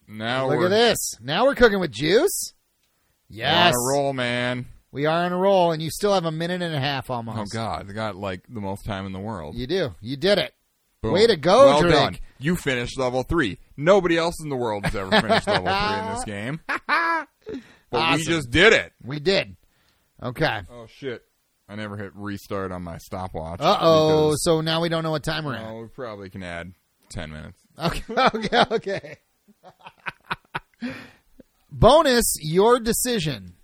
S2: Now
S1: Look
S2: we're
S1: at this. Now we're cooking with juice.
S2: we're
S1: Yes,
S2: on a roll, man.
S1: we are on a roll, and you still have a minute and a half
S2: Oh
S1: almost.
S2: God, I got like the most time in the world.
S1: you do. You did it.
S2: Boom.
S1: Way to go,
S2: well
S1: Drake.
S2: Done. You finished level three. Nobody else in the world has ever finished level three in
S1: (laughs)
S2: this game. But we
S1: Awesome.
S2: just did it.
S1: We did. Okay.
S2: Oh shit! I never hit restart on my stopwatch.
S1: Uh oh.
S2: because-
S1: So now we don't know what time we're at.
S2: Oh, we probably can add ten minutes.
S1: (laughs) Okay, okay, okay. (laughs) Bonus, your decision.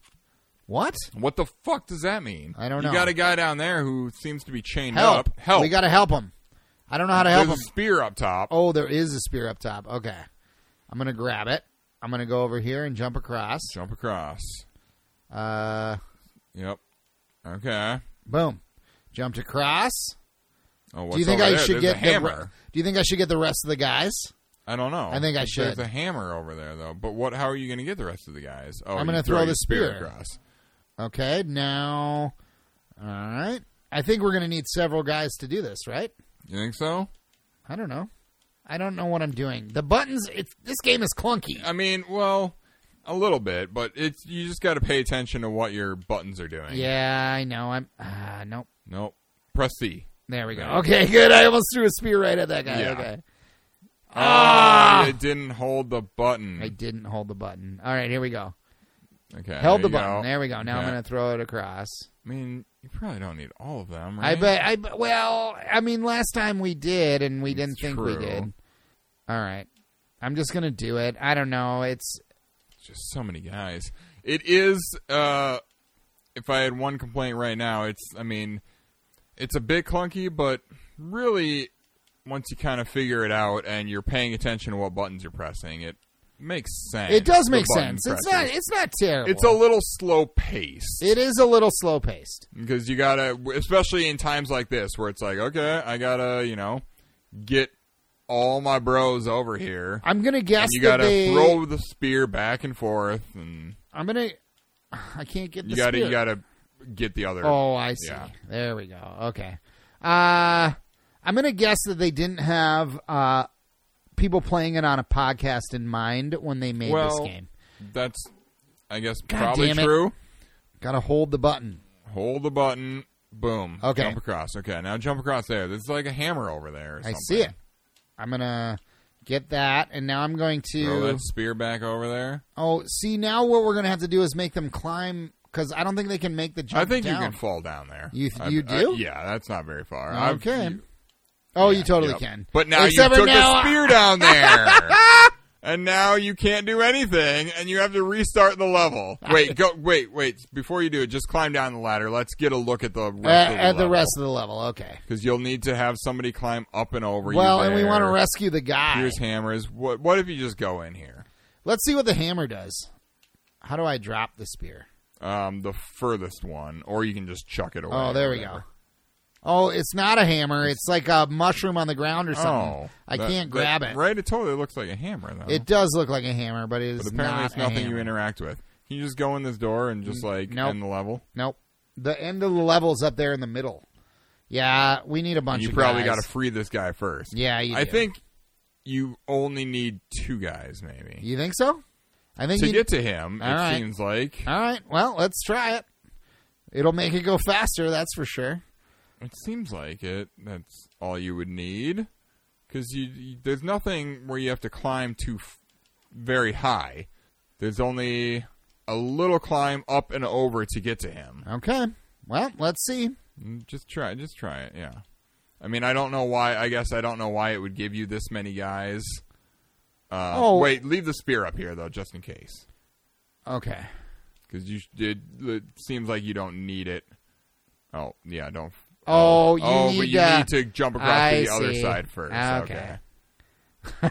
S1: What?
S2: What the fuck does that mean?
S1: I don't know.
S2: You got a guy down there who seems to be chained
S1: Help.
S2: up. Help!
S1: We got to help him. I don't know how to help
S2: There's a
S1: him.
S2: spear up top.
S1: Oh, there is a spear up top. Okay. I'm going to grab it. I'm going to go over here and jump across.
S2: Jump across.
S1: Uh,
S2: Yep. Okay.
S1: boom. Jumped across.
S2: Oh, what's
S1: Do you think
S2: over
S1: I
S2: there?
S1: should
S2: There's
S1: get
S2: a
S1: the
S2: hammer?
S1: re- Do you think I should get the rest of the guys?
S2: I don't know.
S1: I think I should.
S2: There's a hammer over there though. But what? How are you going to get the rest of the guys? Oh,
S1: I'm
S2: you
S1: gonna throw
S2: your
S1: the spear.
S2: across.
S1: Okay. Now, all right. I think we're going to need several guys to do this, right?
S2: You think so?
S1: I don't know. I don't know what I'm doing. The buttons. It's this game is clunky.
S2: I mean, well, a little bit, but it's you just got to pay attention to what your buttons are doing.
S1: Yeah, I know. I'm. Uh, nope.
S2: Nope. Press C.
S1: There we go.
S2: Yeah.
S1: Okay, good. I almost threw a spear right at that guy.
S2: Yeah.
S1: Okay.
S2: Ah! it didn't hold the button.
S1: I didn't hold the button. All right, here we go.
S2: okay.
S1: Held the
S2: there you
S1: button.
S2: go.
S1: There we go. Now I'm
S2: Okay.
S1: going to throw it across.
S2: I mean, you probably don't need all of them,
S1: I
S2: right?
S1: bet. I bet- well, I mean, last time we did, and we didn't
S2: It's
S1: think we
S2: true.
S1: did. All right. I'm just going to do it. I don't know. It's
S2: Just so many guys. It is. uh If I had one complaint right now, it's. I mean, it's a bit clunky, but really, once you kind of figure it out and you're paying attention to what buttons you're pressing, it makes sense.
S1: it does
S2: The
S1: make
S2: button
S1: sense. It's not
S2: presses.
S1: it's not terrible.
S2: It's a little slow paced.
S1: it is a little slow paced.
S2: because you gotta especially in times like this where it's like okay i gotta you know get all my bros over here
S1: I'm gonna guess
S2: and you
S1: that
S2: gotta
S1: they.
S2: throw the spear back and forth and
S1: I'm gonna. (sighs) I can't get the
S2: you gotta
S1: spear.
S2: you gotta get the other
S1: Oh, I see.
S2: Yeah.
S1: There we go. Okay. Uh, I'm going to guess that they didn't have uh, people playing it on a podcast in mind when they made
S2: well
S1: this game.
S2: that's i guess
S1: God
S2: probably
S1: damn it.
S2: true
S1: Got to hold the button.
S2: hold the button boom
S1: Okay.
S2: jump across okay now jump across there there's like a hammer over there or
S1: I
S2: something.
S1: see it. I'm going to get that, and now I'm going
S2: throw
S1: to.
S2: that spear back over there
S1: Oh, see, now what we're going to have to do is make them climb because I don't think they can make the jump.
S2: i think
S1: down.
S2: you can fall down there
S1: You th-
S2: I-
S1: you
S2: I-
S1: do?
S2: yeah that's not very far I've-
S1: Okay. oh, you totally
S2: Yep.
S1: can.
S2: But now
S1: Except
S2: you
S1: for
S2: took
S1: now,
S2: a spear down there.
S1: (laughs)
S2: and now you can't do anything and you have to restart
S1: (laughs)
S2: the level. Wait, go wait, wait. Before you do it, just climb down the ladder. Let's get a look at the
S1: uh,
S2: rest of the
S1: at the
S2: level.
S1: rest of the level. Okay.
S2: because you'll need to have somebody climb up and over you.
S1: Well, and we
S2: there.
S1: want to rescue the guy.
S2: Here's hammers. What what if you just go in here?
S1: Let's see what the hammer does. How do I drop the spear?
S2: Um, the furthest one, or you can just chuck it away.
S1: Oh, there we go.
S2: whatever.
S1: Oh, it's not a hammer. It's like a mushroom on the ground or something.
S2: Oh,
S1: I
S2: that-
S1: can't
S2: that-
S1: grab it.
S2: Right, it totally looks like a hammer though.
S1: It does look like a hammer, but it is
S2: but apparently
S1: not
S2: it's nothing
S1: a hammer.
S2: you interact with. Can you just go in this door and just like
S1: nope.
S2: end the level?
S1: nope. The end of the level's up there in the middle. Yeah, we need a bunch
S2: You
S1: of
S2: probably
S1: guys.
S2: got to free this guy first.
S1: Yeah, you
S2: I
S1: do.
S2: think you only need two guys, maybe,
S1: You think so? I think
S2: to
S1: you
S2: get to him.
S1: All
S2: it
S1: right.
S2: seems like
S1: All right. Well, let's try it. It'll make it go faster, that's for sure.
S2: it seems like it. That's all you would need, because you, you- there's nothing where you have to climb too f- very high. There's only a little climb up and over to get to him.
S1: Okay. Well, let's see.
S2: Just try, just try it. Yeah. I mean, I don't know why. I guess I don't know why it would give you this many guys. Uh,
S1: Oh.
S2: wait, leave the spear up here though, just in case.
S1: Okay.
S2: because you sh- it, it seems like you don't need it. Oh yeah, don't.
S1: Oh, you
S2: oh,
S1: need
S2: but you
S1: to-
S2: need to jump across
S1: I
S2: to the other
S1: see. Ah,
S2: side first.
S1: Okay.
S2: Okay. (laughs)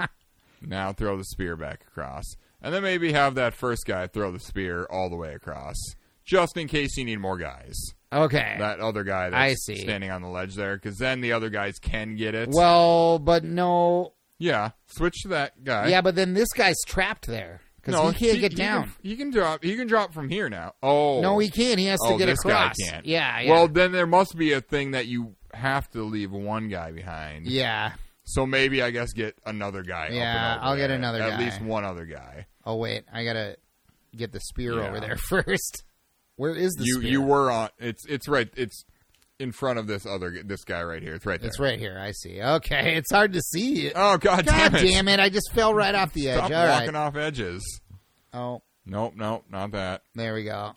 S1: (laughs)
S2: now throw the spear back across, and then maybe have that first guy throw the spear all the way across, just in case you need more guys.
S1: Okay.
S2: That other guy that's
S1: Eh, I see.
S2: standing on the ledge there, because then the other guys can get it.
S1: well, but no.
S2: yeah, switch to that guy.
S1: Yeah, but then this guy's trapped there because
S2: no,
S1: he can't get
S2: he
S1: down.
S2: Can, he can drop. He can drop from here now. Oh
S1: No, he can't. He has to
S2: oh,
S1: get
S2: this
S1: across.
S2: guy can't.
S1: Yeah, yeah.
S2: Well, then there must be a thing that you have to leave one guy behind.
S1: yeah.
S2: So maybe I guess get another guy. up and
S1: Yeah,
S2: over
S1: I'll get
S2: there.
S1: another
S2: At
S1: guy.
S2: least one other guy.
S1: Oh wait, I gotta get the spear
S2: Yeah.
S1: over there (laughs) first. Where is the
S2: you
S1: spear?
S2: you were on. It's it's right. It's in front of this other this guy right here. It's right there.
S1: It's right here. I see. Okay, (laughs) it's hard to see. it.
S2: Oh
S1: God
S2: God, (laughs) damn it!
S1: damn it! I just fell right off the edge.
S2: Stop
S1: All right.
S2: walking off edges.
S1: Oh,
S2: Nope, nope, not that.
S1: there we go.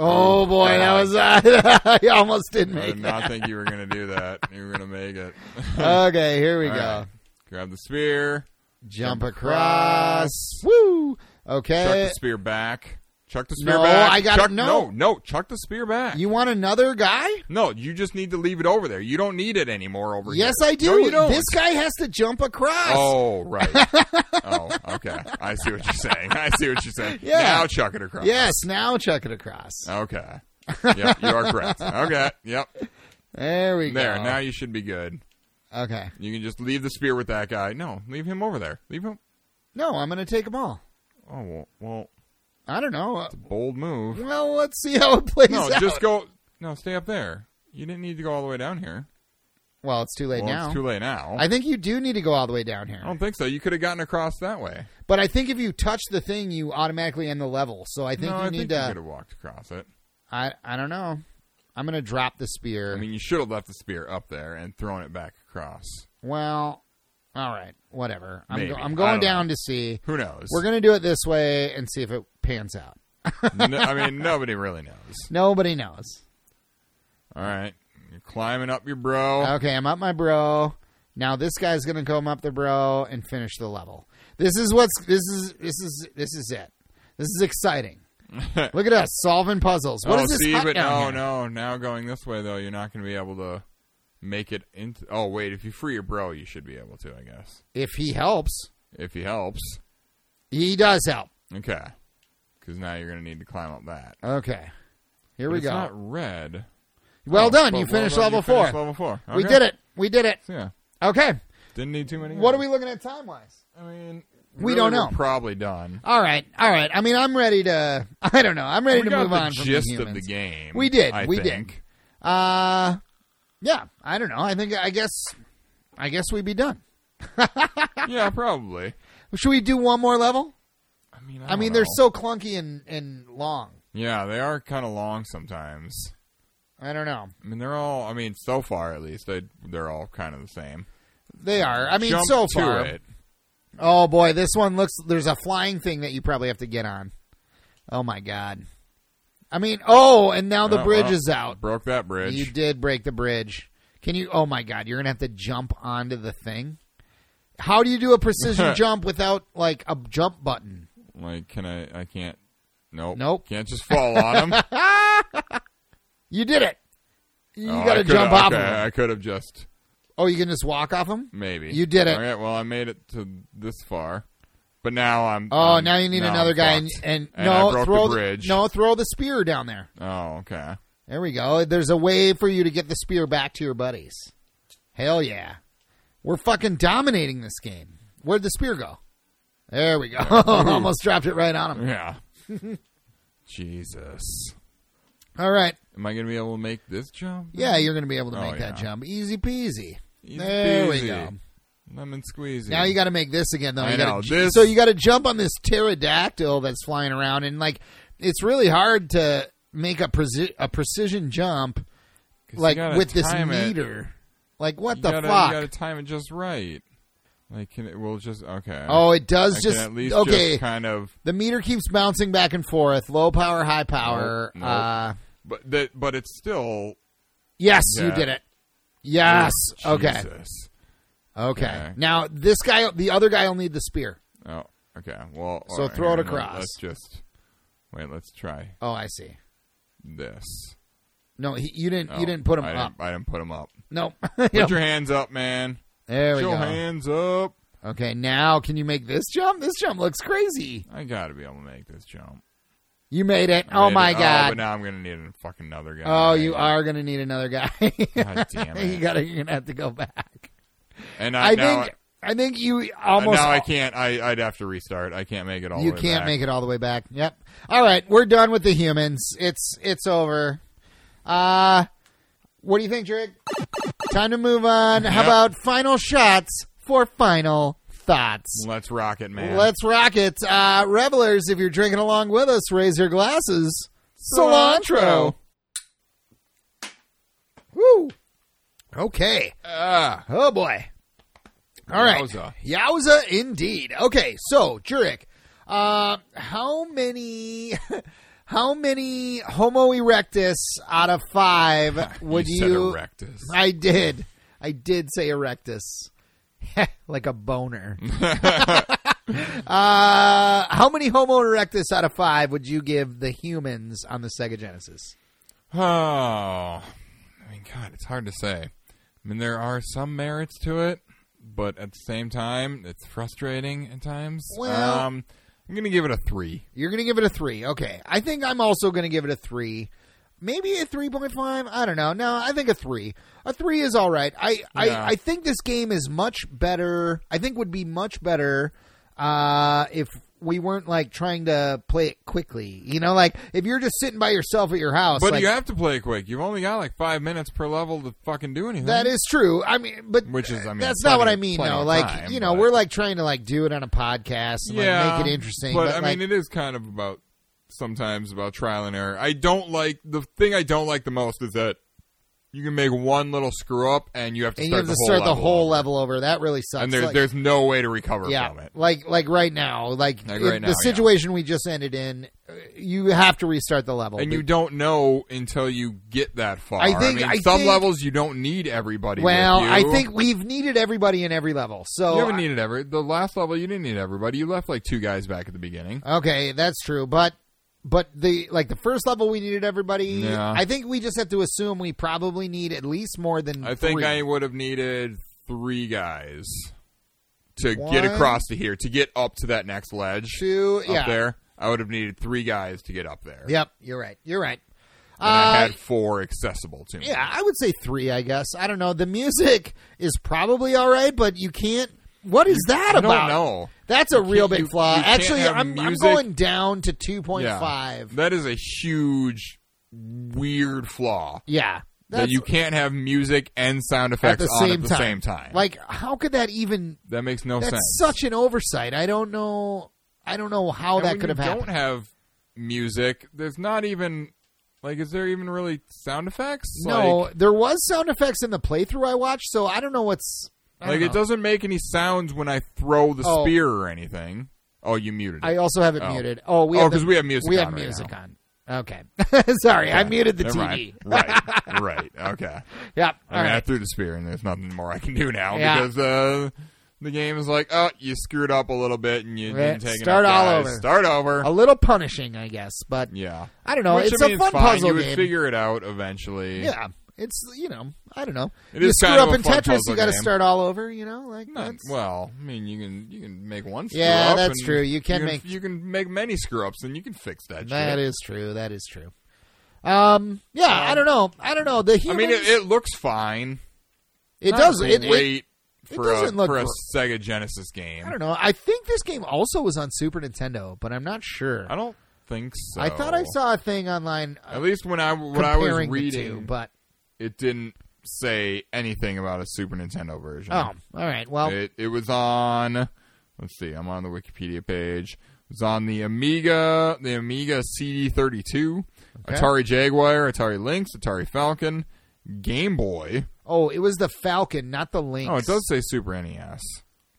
S1: Oh boy, that was. Uh, (laughs) I almost did
S2: I
S1: make
S2: did
S1: that.
S2: not think you were gonna do that. You were gonna
S1: (laughs)
S2: make it.
S1: Okay, here we
S2: All
S1: go.
S2: right. Grab the spear.
S1: Jump across.
S2: across.
S1: Woo.
S2: Chuck
S1: Okay.
S2: the spear back. Chuck the spear
S1: No,
S2: back.
S1: I gotta-
S2: Chuck-
S1: no.
S2: no, no. Chuck the spear back.
S1: (laughs) You want another guy?
S2: no, you just need to leave it over there. You don't need it anymore over here.
S1: Yes, I do.
S2: No, you don't.
S1: This guy has to jump across. (laughs)
S2: Oh right. oh okay. I see what you're saying. I see what you're saying.
S1: (laughs) Yeah.
S2: Now chuck it across.
S1: Yes, now chuck it across.
S2: Oh.
S1: (laughs)
S2: Okay. Yep. You are correct. Okay. Yep.
S1: There we
S2: There.
S1: go.
S2: Now you should be good.
S1: okay.
S2: You can just leave the spear with that guy. No, leave him over there. Leave him.
S1: No, I'm going to take them all.
S2: Oh well. well
S1: I don't know. Uh,
S2: bold move.
S1: Well, let's see how it plays
S2: No,
S1: out.
S2: just go. No, stay up there. You didn't need to go all the way down here.
S1: well, it's too late
S2: well,
S1: now.
S2: it's too Oh. late now.
S1: I think you do need to go all the way down here.
S2: I don't think so. You could have gotten across that way.
S1: But I think if you touch the thing, you automatically end the level. So I think
S2: no,
S1: you
S2: I
S1: need
S2: think you
S1: to.
S2: could have walked across it.
S1: I I don't know. I'm going to drop the spear.
S2: I mean, you should have left the spear up there and thrown it back across.
S1: Well, all right, whatever. I'm,
S2: Maybe.
S1: go- I'm
S2: I
S1: going
S2: don't
S1: down to see.
S2: Who knows?
S1: We're gonna do it this way and see if it pans out.
S2: No, I mean, nobody really knows.
S1: Nobody knows.
S2: All right, you're climbing up your bro.
S1: Okay, I'm up my bro. Now this guy's gonna come up the bro and finish the level. This is what's this is this is this is it. This is
S2: (laughs)
S1: exciting. Look at us solving puzzles. What
S2: oh,
S1: is this?
S2: see,
S1: hut
S2: but
S1: down here?
S2: no, no. Now going this way though, you're not going to be able to make it into. Oh wait, if you free your bro, you should be able to, I guess,
S1: If he helps,
S2: if he helps.
S1: he does help.
S2: Okay, because now you're going to need to climb up that.
S1: Okay, here
S2: But
S1: we
S2: it's
S1: go.
S2: Not red.
S1: well
S2: Oh,
S1: done.
S2: but
S1: You
S2: well
S1: finished
S2: done,
S1: level
S2: you
S1: four.
S2: finished level four.
S1: We
S2: Okay.
S1: did it. We did it.
S2: So, yeah,
S1: Okay.
S2: didn't need too many.
S1: What are
S2: guys.
S1: we looking at time wise?
S2: I mean,
S1: We
S2: really,
S1: don't
S2: we're
S1: know.
S2: probably done.
S1: All right, all right. I mean, I'm ready to. (laughs) I don't know. I'm ready
S2: we
S1: to
S2: got
S1: move
S2: the
S1: on from
S2: gist
S1: the
S2: of the
S1: humans.
S2: game.
S1: We did.
S2: I
S1: we
S2: think.
S1: did. Uh, yeah. I don't know. I think. I guess. I guess we'd be done. (laughs)
S2: yeah, probably.
S1: Should we do one more level?
S2: I mean, I,
S1: I,
S2: don't
S1: mean,
S2: know.
S1: they're so clunky and and long.
S2: Yeah, they are kind of long sometimes.
S1: I don't know.
S2: I mean, they're all. I mean, so far at least they they're all kind of the same.
S1: They are. I mean,
S2: Jump
S1: so
S2: to
S1: far.
S2: it.
S1: Oh boy, this one looks. There's a flying thing that you probably have to get on. Oh my god. I mean, oh, and now the
S2: Oh,
S1: bridge
S2: well,
S1: is out.
S2: Broke that bridge.
S1: You did break the bridge. Can you? Oh my God! You're gonna have to jump onto the thing. How do you do a
S2: (laughs)
S1: precision jump without like a jump button?
S2: like, can I? I can't. Nope.
S1: Nope.
S2: Can't just
S1: (laughs)
S2: fall on Oh, him.
S1: You did it. You got
S2: Oh, I
S1: to
S2: could've-
S1: jump off
S2: okay,
S1: him.
S2: I Mm, could have just
S1: Oh, you can just walk off him.
S2: maybe.
S1: You did it.
S2: All right. Well, I made it to this far, but now I'm.
S1: Oh,
S2: I'm-
S1: now you need
S2: now
S1: another
S2: mm, I'm
S1: guy, and,
S2: fucked.
S1: and,
S2: And
S1: no,
S2: I broke
S1: throw
S2: the bridge.
S1: no, throw the spear down there.
S2: Oh, okay.
S1: There we go. There's a way for you to get the spear back to your buddies. Hell yeah, we're fucking dominating this game. Where'd the spear go? There we go. (laughs) Almost dropped it right on him. (laughs)
S2: Yeah. Jesus.
S1: All right.
S2: Am I going to be able to make this jump?
S1: Yeah, you're going to be able to
S2: Oh,
S1: make that
S2: yeah.
S1: jump. Easy peasy.
S2: Easy
S1: there we
S2: peasy.
S1: go.
S2: Lemon squeezy.
S1: Now you got to make this again, though.
S2: I
S1: You gotta
S2: know,
S1: j-
S2: this-
S1: So you got to jump on this pterodactyl that's flying around, and like, it's really hard to make a, preci- a precision jump
S2: 'Cause you
S1: like
S2: gotta
S1: with this
S2: time it.
S1: meter. Like, what
S2: You
S1: the
S2: gotta,
S1: fuck?
S2: You got to time it just right. Like, can it? We'll just okay.
S1: oh, it
S2: I
S1: does
S2: can
S1: just
S2: at least
S1: okay.
S2: just kind of.
S1: the meter keeps bouncing back and forth, low power, high power.
S2: Nope, nope.
S1: Uh,
S2: But that, but it's still.
S1: yes, you
S2: Yeah.
S1: did it. Yes.
S2: Oh,
S1: okay.
S2: Jesus.
S1: Okay.
S2: Okay.
S1: Now this guy, the other guy, will need the spear.
S2: Oh, okay. Well,
S1: So
S2: all right,
S1: throw it
S2: here, let-
S1: across.
S2: Let's just wait. Let's try
S1: Oh, I see. this.
S2: this.
S1: No, he, you didn't.
S2: Oh,
S1: you didn't put him
S2: I
S1: up.
S2: Didn't, I didn't put him up.
S1: Nope. (laughs)
S2: Put your hands up, man.
S1: there we
S2: Put
S1: go.
S2: your hands up.
S1: Okay, now can you make this jump? This jump looks crazy.
S2: I gotta be able to make this jump.
S1: You made it.
S2: I
S1: oh
S2: made
S1: my
S2: it. Oh,
S1: god.
S2: but now I'm gonna need a fucking another guy.
S1: Oh, you are gonna need another guy.
S2: (laughs)
S1: (laughs)
S2: God damn it.
S1: you gotta. You're gonna have to go back.
S2: And I,
S1: I
S2: now,
S1: think. I think you almost.
S2: now I can't. I, I'd have to restart. I can't make it all.
S1: You
S2: the way
S1: can't
S2: back.
S1: make it all the way back. Yep. All right, we're done with the humans. It's it's over. Uh what do you think, Drake? Time to move on. How
S2: Yep.
S1: about final shots for final thoughts?
S2: Let's rock it, man.
S1: Let's rock it. Uh, revelers, if you're drinking along with us, raise your glasses. Cilantro. Woo. Okay.
S2: Ah,
S1: Oh boy. All right.
S2: Yowza.
S1: Yowza indeed. Okay, so Jurek, uh, how many (laughs) how many Homo erectus out of
S2: (laughs)
S1: five would you,
S2: said erectus.
S1: (laughs) I did. I did say erectus. (laughs) like a boner. uh, how many Homo erectus out of five would you give the humans on the Sega Genesis?
S2: Oh, I mean, God, it's hard to say. I mean, there are some merits to it, but at the same time, it's frustrating at times.
S1: Well-
S2: um, I'm gonna give it a three.
S1: You're gonna give it a three. Okay. I think I'm also gonna give it a three. Maybe a three point five. I don't know. No, I think a three. A three is all right. I,
S2: Yeah.
S1: I, I think this game is much better. I think would be much better uh, if we weren't like trying to play it quickly. You know, like if you're just sitting by yourself at your house.
S2: But
S1: like,
S2: you have to play quick. You've only got like five minutes per level to fucking do anything.
S1: That is true. I mean, but
S2: Which is, I mean,
S1: that's not what I
S2: plenty-
S1: mean.
S2: plenty
S1: Though,
S2: of
S1: like
S2: time,
S1: you know,
S2: but-
S1: we're like trying to like do it on a podcast and like make it interesting.
S2: But,
S1: But,
S2: I
S1: like,
S2: mean, it is kind of about sometimes about trial and error. I don't like the thing I don't like the most is that you can make one little screw up and you have to
S1: and you have
S2: start
S1: to
S2: the
S1: start
S2: whole
S1: the
S2: level
S1: whole
S2: over.
S1: level over. That really sucks.
S2: and there's
S1: Like-
S2: there's no way to recover
S1: yeah,
S2: from it.
S1: like like right now, like,
S2: Like
S1: in
S2: right now,
S1: the situation we just ended in, uh, you have to restart the level.
S2: And you don't know until you get that far.
S1: I think-
S2: mean,
S1: I
S2: some
S1: think-
S2: levels you don't need everybody.
S1: well,
S2: with
S1: I
S2: you.
S1: think we've needed everybody in every level. So
S2: you haven't needed every. The last level you didn't need everybody. You left like two guys back at the beginning.
S1: okay, that's true, but. But the like the first level we needed everybody.
S2: Yeah.
S1: I think we just have to assume we probably need at least more than
S2: I think
S1: three.
S2: I would have needed three guys to
S1: One.
S2: get across to here to get up to that next ledge
S1: two.
S2: up
S1: Yeah,
S2: there. I would have needed three guys to get up there.
S1: Yep, you're right. You're right.
S2: and I
S1: Uh,
S2: had four accessible to me.
S1: yeah, I would say three. I guess I don't know. The music is probably all right, but you can't. What is that
S2: I
S1: about?
S2: don't know.
S1: That's a real
S2: can't-
S1: big
S2: you-
S1: flaw.
S2: you can't
S1: Actually,
S2: have
S1: I'm, I'm
S2: music-
S1: going down to two point five.
S2: Yeah. That is a huge, weird flaw.
S1: Yeah,
S2: that you can't have music and sound effects on at the same time.
S1: Like, how could that even?
S2: that makes no
S1: That's
S2: sense.
S1: such an oversight. I don't know. I don't know how
S2: And
S1: that
S2: when
S1: could
S2: you
S1: have happened.
S2: Don't have music. There's not even like. Is there even really sound effects?
S1: no,
S2: Like,
S1: there was sound effects in the playthrough I watched, so I don't know what's. I don't
S2: like
S1: know.
S2: it doesn't make any sounds when I throw the
S1: Oh.
S2: spear or anything. Oh, you muted. It.
S1: I also have it
S2: Oh.
S1: muted. Oh, we
S2: Oh,
S1: have the-
S2: 'cause we have music
S1: We
S2: on
S1: have
S2: right
S1: music
S2: now.
S1: on. Okay, (laughs) sorry, I muted the
S2: Never
S1: TV.
S2: Mind.
S1: (laughs)
S2: Right, right, okay.
S1: Yep.
S2: I
S1: All
S2: mean, I
S1: right.
S2: threw the spear, and there's nothing more I can do now
S1: Yeah.
S2: because uh, the game is like, oh, you screwed up a little bit, and you
S1: Right.
S2: didn't take
S1: Start
S2: enough
S1: all
S2: guys.
S1: over.
S2: Start over.
S1: A little punishing, I guess, but
S2: yeah.
S1: I don't know.
S2: Which,
S1: it's
S2: I mean,
S1: a fun
S2: it's fine.
S1: puzzle
S2: you would
S1: game.
S2: figure it out eventually.
S1: yeah. It's you know I don't know.
S2: It
S1: you
S2: is
S1: screw
S2: kind of
S1: up
S2: a
S1: in
S2: fun
S1: Tetris, you
S2: puzzle
S1: got to
S2: game.
S1: start all over. You know, like
S2: Not-
S1: that's
S2: well, I mean, you can you can make one. Screw
S1: Yeah,
S2: up
S1: that's
S2: and
S1: true. You can make-
S2: you can make many screw ups, and you can fix that.
S1: that
S2: shit.
S1: is true. That is true. Um. Yeah. I don't know. I don't know. The
S2: Uh, I
S1: humans.
S2: mean, it, it looks fine.
S1: it
S2: Not
S1: does. It, it,
S2: great for a
S1: doesn't look
S2: for a
S1: gr-
S2: Sega Genesis game.
S1: I don't know. I think this game also was on Super Nintendo, but I'm not sure.
S2: I don't think so.
S1: I thought I saw a thing online uh,
S2: At least when I when I was
S1: comparing the
S2: reading,
S1: two, but
S2: it didn't say anything about a Super Nintendo version.
S1: oh, all right. Well,
S2: It it was on. Let's see. I'm on the Wikipedia page. It was on the Amiga, the Amiga CD32,
S1: Okay.
S2: Atari Jaguar, Atari Lynx, Atari Falcon, Game Boy.
S1: oh, it was the Falcon, not the Lynx.
S2: Oh, it does say Super NES.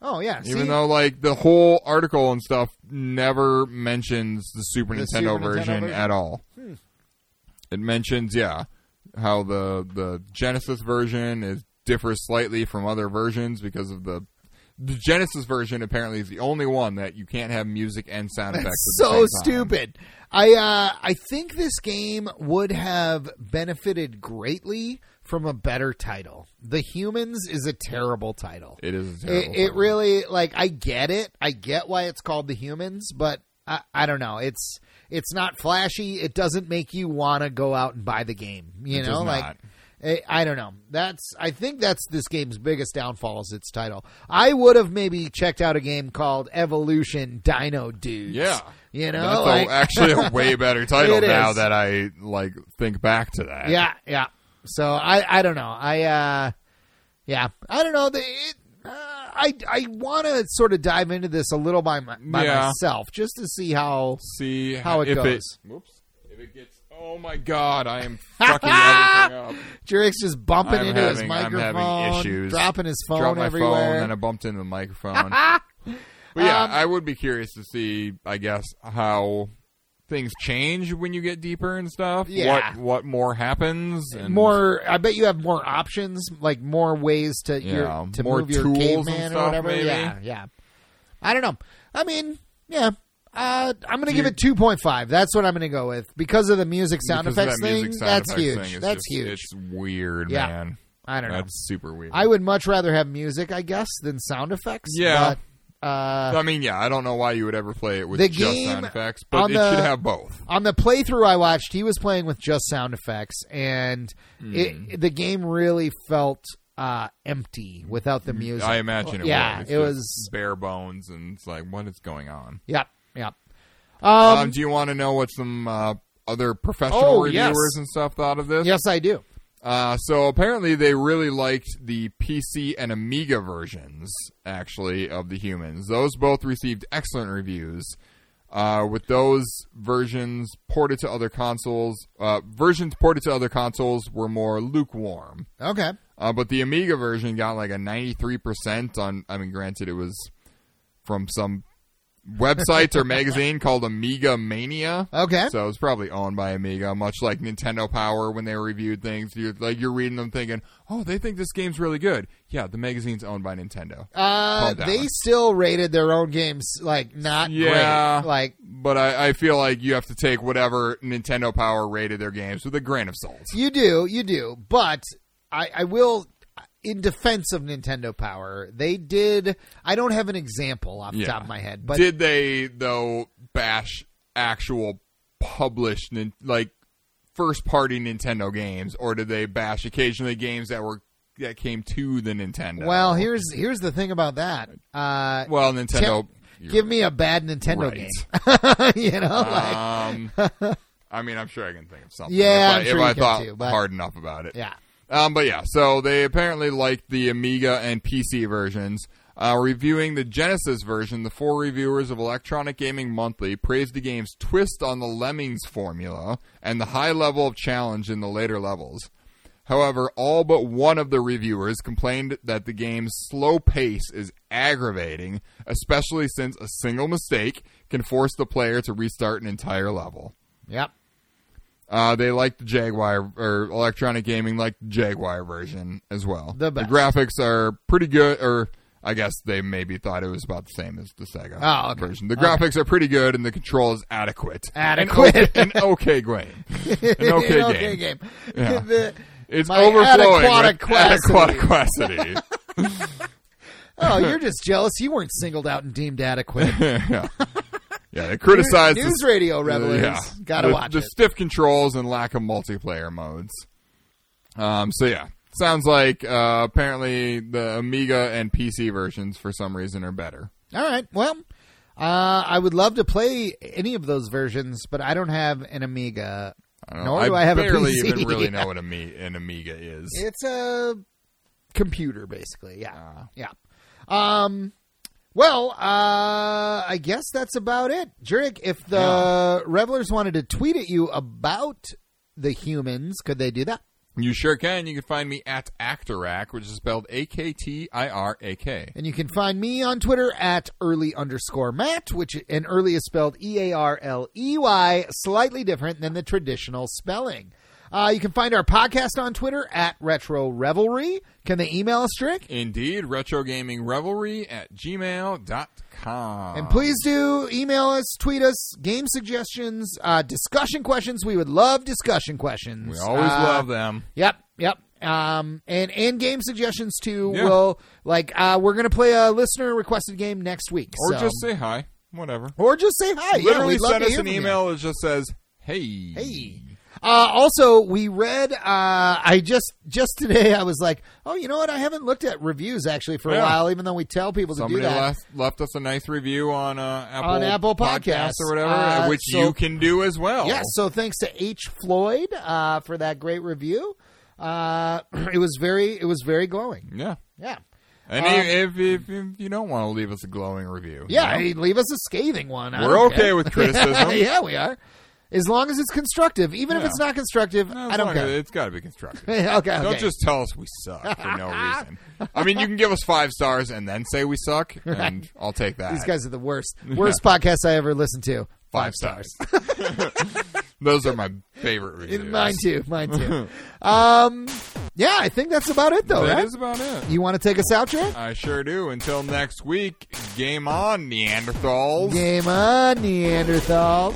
S1: Oh, yeah. See,
S2: Even though like the whole article and stuff never mentions the Super,
S1: The
S2: Nintendo,
S1: Super Nintendo
S2: version
S1: version? Hmm.
S2: at all. It mentions, yeah, how the the Genesis version is differs slightly from other versions because of the the Genesis version apparently is the only one that you can't have music and sound effects.
S1: That's
S2: at the
S1: so
S2: same time.
S1: stupid. I uh, I think this game would have benefited greatly from a better title. The Humans is a terrible title.
S2: It is.
S1: It,
S2: A terrible
S1: it
S2: title.
S1: really like I get it. I get why it's called The Humans, but I, I don't know. It's it's not flashy. It doesn't make you want to go out and buy the game. You
S2: It
S1: know,
S2: does
S1: like
S2: not.
S1: I, I don't know. That's I think that's this game's biggest downfall is its title. I would have maybe checked out a game called Evolution Dino Dudes.
S2: Yeah.
S1: you know,
S2: That's a-
S1: like-
S2: actually a
S1: (laughs)
S2: way better title
S1: It
S2: now
S1: is.
S2: that I like think back to that.
S1: yeah, yeah. So I I don't know. I uh, yeah, I don't know. The, it, uh, I I want to sort of dive into this a little by, my, by
S2: Yeah.
S1: myself just to see how
S2: see
S1: How it
S2: if
S1: goes.
S2: It, whoops. If it gets. Oh, Oh my god, I
S1: (laughs)
S2: am fucking everything up.
S1: Jurick's just bumping
S2: I'm
S1: into his
S2: having- I'm having
S1: microphone,
S2: issues.
S1: dropping his phone
S2: Dropped my phone,
S1: everywhere. Um,
S2: and I bumped into the
S1: (laughs)
S2: microphone. but yeah, I would be curious to see, I guess, how things change when you get deeper and stuff.
S1: Yeah.
S2: What what more happens? And
S1: more, I bet you have more options, like more ways to
S2: Yeah,
S1: your, to
S2: more
S1: move your
S2: tools and
S1: caveman or
S2: stuff,
S1: whatever.
S2: maybe.
S1: Yeah, yeah. I don't know. I mean, yeah. Uh, I'm gonna
S2: Do
S1: give
S2: you-
S1: it 2.5. That's what I'm gonna go with because of the music sound
S2: because of
S1: effects
S2: that
S1: thing.
S2: music sound
S1: that's
S2: effects
S1: huge.
S2: thing is
S1: that's
S2: just-
S1: huge.
S2: It's weird,
S1: Yeah.
S2: man.
S1: I don't know.
S2: That's super weird.
S1: I uh, would much rather have music, I guess, than sound effects.
S2: Yeah.
S1: But, uh,
S2: I mean, yeah, I don't know why you would ever play it with
S1: The
S2: just
S1: game
S2: sound effects, but
S1: on
S2: it
S1: the-
S2: should have both.
S1: on the playthrough I watched, he was playing with just sound effects, and
S2: Hmm.
S1: it, the game really felt uh, empty without the music.
S2: I imagine it
S1: yeah,
S2: would. It's
S1: it
S2: just
S1: was-
S2: bare bones, and it's like, what is going on?
S1: Yep, yep.
S2: Um,
S1: Um,
S2: do you want to know what some uh, other professional
S1: Oh, yes.
S2: reviewers and stuff thought of this?
S1: yes, I do.
S2: Uh, so apparently they really liked the PC and Amiga versions, actually, of the humans. Those both received excellent reviews. Uh, with those versions ported to other consoles, uh, versions ported to other consoles were more lukewarm.
S1: Okay,
S2: Uh, but the Amiga version got like a 93% on, I mean, granted, it was from some website or magazine called Amiga Mania.
S1: okay.
S2: So it was probably owned by Amiga, much like Nintendo Power when they reviewed things. You're like you're reading them thinking, "Oh, they think this game's really good." Yeah, the magazine's owned by Nintendo.
S1: uh,
S2: calm down.
S1: they still rated their own games like not
S2: Yeah.
S1: great. Like,
S2: But I, I feel like you have to take whatever Nintendo Power rated their games with a grain of salt.
S1: You do, you do. But I, I will, in defense of Nintendo Power, they did. I don't have an example off the
S2: Yeah.
S1: top of my head, but
S2: Did they though bash actual published nin- like first party Nintendo games, or did they bash occasionally games that were that came to the Nintendo?
S1: well, here's here's the thing about that. Uh,
S2: well Nintendo.
S1: te- give me a bad Nintendo game,
S2: Right.
S1: (laughs) you know. like, (laughs)
S2: Um, I mean, I'm sure I can think of something.
S1: Yeah,
S2: if I,
S1: I'm sure
S2: if
S1: you
S2: I
S1: can
S2: thought
S1: too, but-
S2: hard enough about it.
S1: yeah,
S2: Um, but yeah, so they apparently liked the Amiga and PC versions. Uh, reviewing the Genesis version, the four reviewers of Electronic Gaming Monthly praised the game's twist on the Lemmings formula and the high level of challenge in the later levels. However, all but one of the reviewers complained that the game's slow pace is aggravating, especially since a single mistake can force the player to restart an entire level.
S1: yep.
S2: Uh, they like the Jaguar or Electronic Gaming like the Jaguar version as well.
S1: The best.
S2: graphics are pretty good, or I guess they maybe thought it was about the same as the Sega
S1: Oh, okay.
S2: version. The graphics are pretty good, and the control is adequate.
S1: Adequate.
S2: an okay, an okay game.
S1: (laughs)
S2: An okay,
S1: okay
S2: game.
S1: game.
S2: Yeah.
S1: (laughs) The-
S2: It's
S1: My
S2: overflowing
S1: adequatquacity.
S2: with
S1: (laughs)
S2: adequatquacity.
S1: oh, you're just jealous. You weren't singled out and deemed adequate.
S2: yeah. yeah, they criticized
S1: News
S2: the,
S1: radio revelers.
S2: Uh, Yeah.
S1: Gotta
S2: the,
S1: watch
S2: the
S1: it.
S2: stiff controls and lack of multiplayer modes. Um, so yeah, sounds like uh, apparently the Amiga and PC versions for some reason are better.
S1: All right. Well, uh, I would love to play any of those versions, but I don't have an Amiga.
S2: Um, I don't know.
S1: nor do I, have
S2: barely
S1: a PC. (laughs)
S2: even really know what an Ami- an Amiga is.
S1: It's a computer, basically. Yeah.
S2: Ah.
S1: yeah. Um. Well, uh, I guess that's about it, Jurek. If the revelers wanted to tweet at you about the humans, could they do that?
S2: you sure can. You can find me at Actorac, which is spelled A K T I R A K.
S1: And you can find me on Twitter at early underscore Matt, which and early is spelled E A R L E Y, slightly different than the traditional spelling. Uh, you can find our podcast on Twitter at Retro Revelry. Can they email us, Trick?
S2: Indeed, retro gaming revelry at gmail.com.
S1: And please do email us, tweet us, game suggestions, uh, discussion questions. We would love discussion questions.
S2: we always
S1: Uh,
S2: love them.
S1: Yep, yep. Um, and and game suggestions too.
S2: Yeah.
S1: Will like uh, we're gonna play a listener requested game next week,
S2: Or
S1: so-
S2: just say hi. Whatever.
S1: or just say hi. Yeah,
S2: literally
S1: we'd love
S2: sent
S1: to
S2: us
S1: hear
S2: an
S1: from you.
S2: email that just says, "Hey,
S1: Hey. Uh, also, we read. Uh, I just just today I was like, oh, you know what? I haven't looked at reviews actually for a
S2: Yeah.
S1: while, even though we tell people to
S2: Somebody
S1: do that.
S2: left, left us a nice review on uh, Apple
S1: On Apple Podcasts,
S2: or whatever,
S1: uh,
S2: which
S1: so-
S2: you can do as well.
S1: Yes. So thanks to H Floyd uh, for that great review. Uh, (clears throat) it was very it was very glowing.
S2: Yeah.
S1: Yeah.
S2: And
S1: Um,
S2: if, if, if you don't want to leave us a glowing review,
S1: Yeah,
S2: you
S1: hey, leave us a scathing one. I
S2: know, we're
S1: (laughs) don't
S2: okay
S1: care.
S2: with criticism.
S1: yeah, we are. As long as it's constructive, even if
S2: Yeah.
S1: it's not constructive,
S2: No,
S1: I don't
S2: it's not-
S1: care.
S2: It's got to be
S1: (laughs)
S2: constructive.
S1: okay, okay.
S2: Don't just tell us we suck
S1: (laughs)
S2: for no reason. I mean, you can give us five stars and then say we suck, and I'll take that.
S1: These guys are the
S2: (laughs)
S1: worst. Worst podcast I ever listened to.
S2: five stars. (laughs) Those are my favorite reviews.
S1: Mine too. Mine too.
S2: (laughs)
S1: um, yeah, I think that's about it, though.
S2: That
S1: right?
S2: is about it.
S1: You want to take us out, Jay?
S2: I sure do. Until next week, game on, Neanderthals.
S1: Game on, Neanderthals.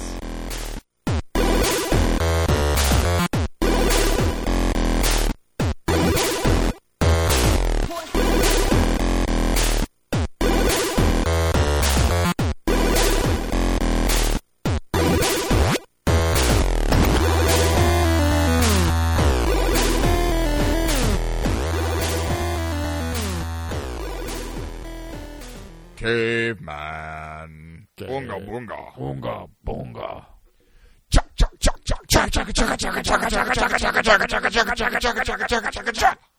S2: Caveman. Bunga bunga.
S1: Bunga, bunga.
S2: Chaka chaka chaka chaka chaka chaka chaka chaka chaka chaka chaka chaka chaka chaka chaka chaka chaka chaka chaka.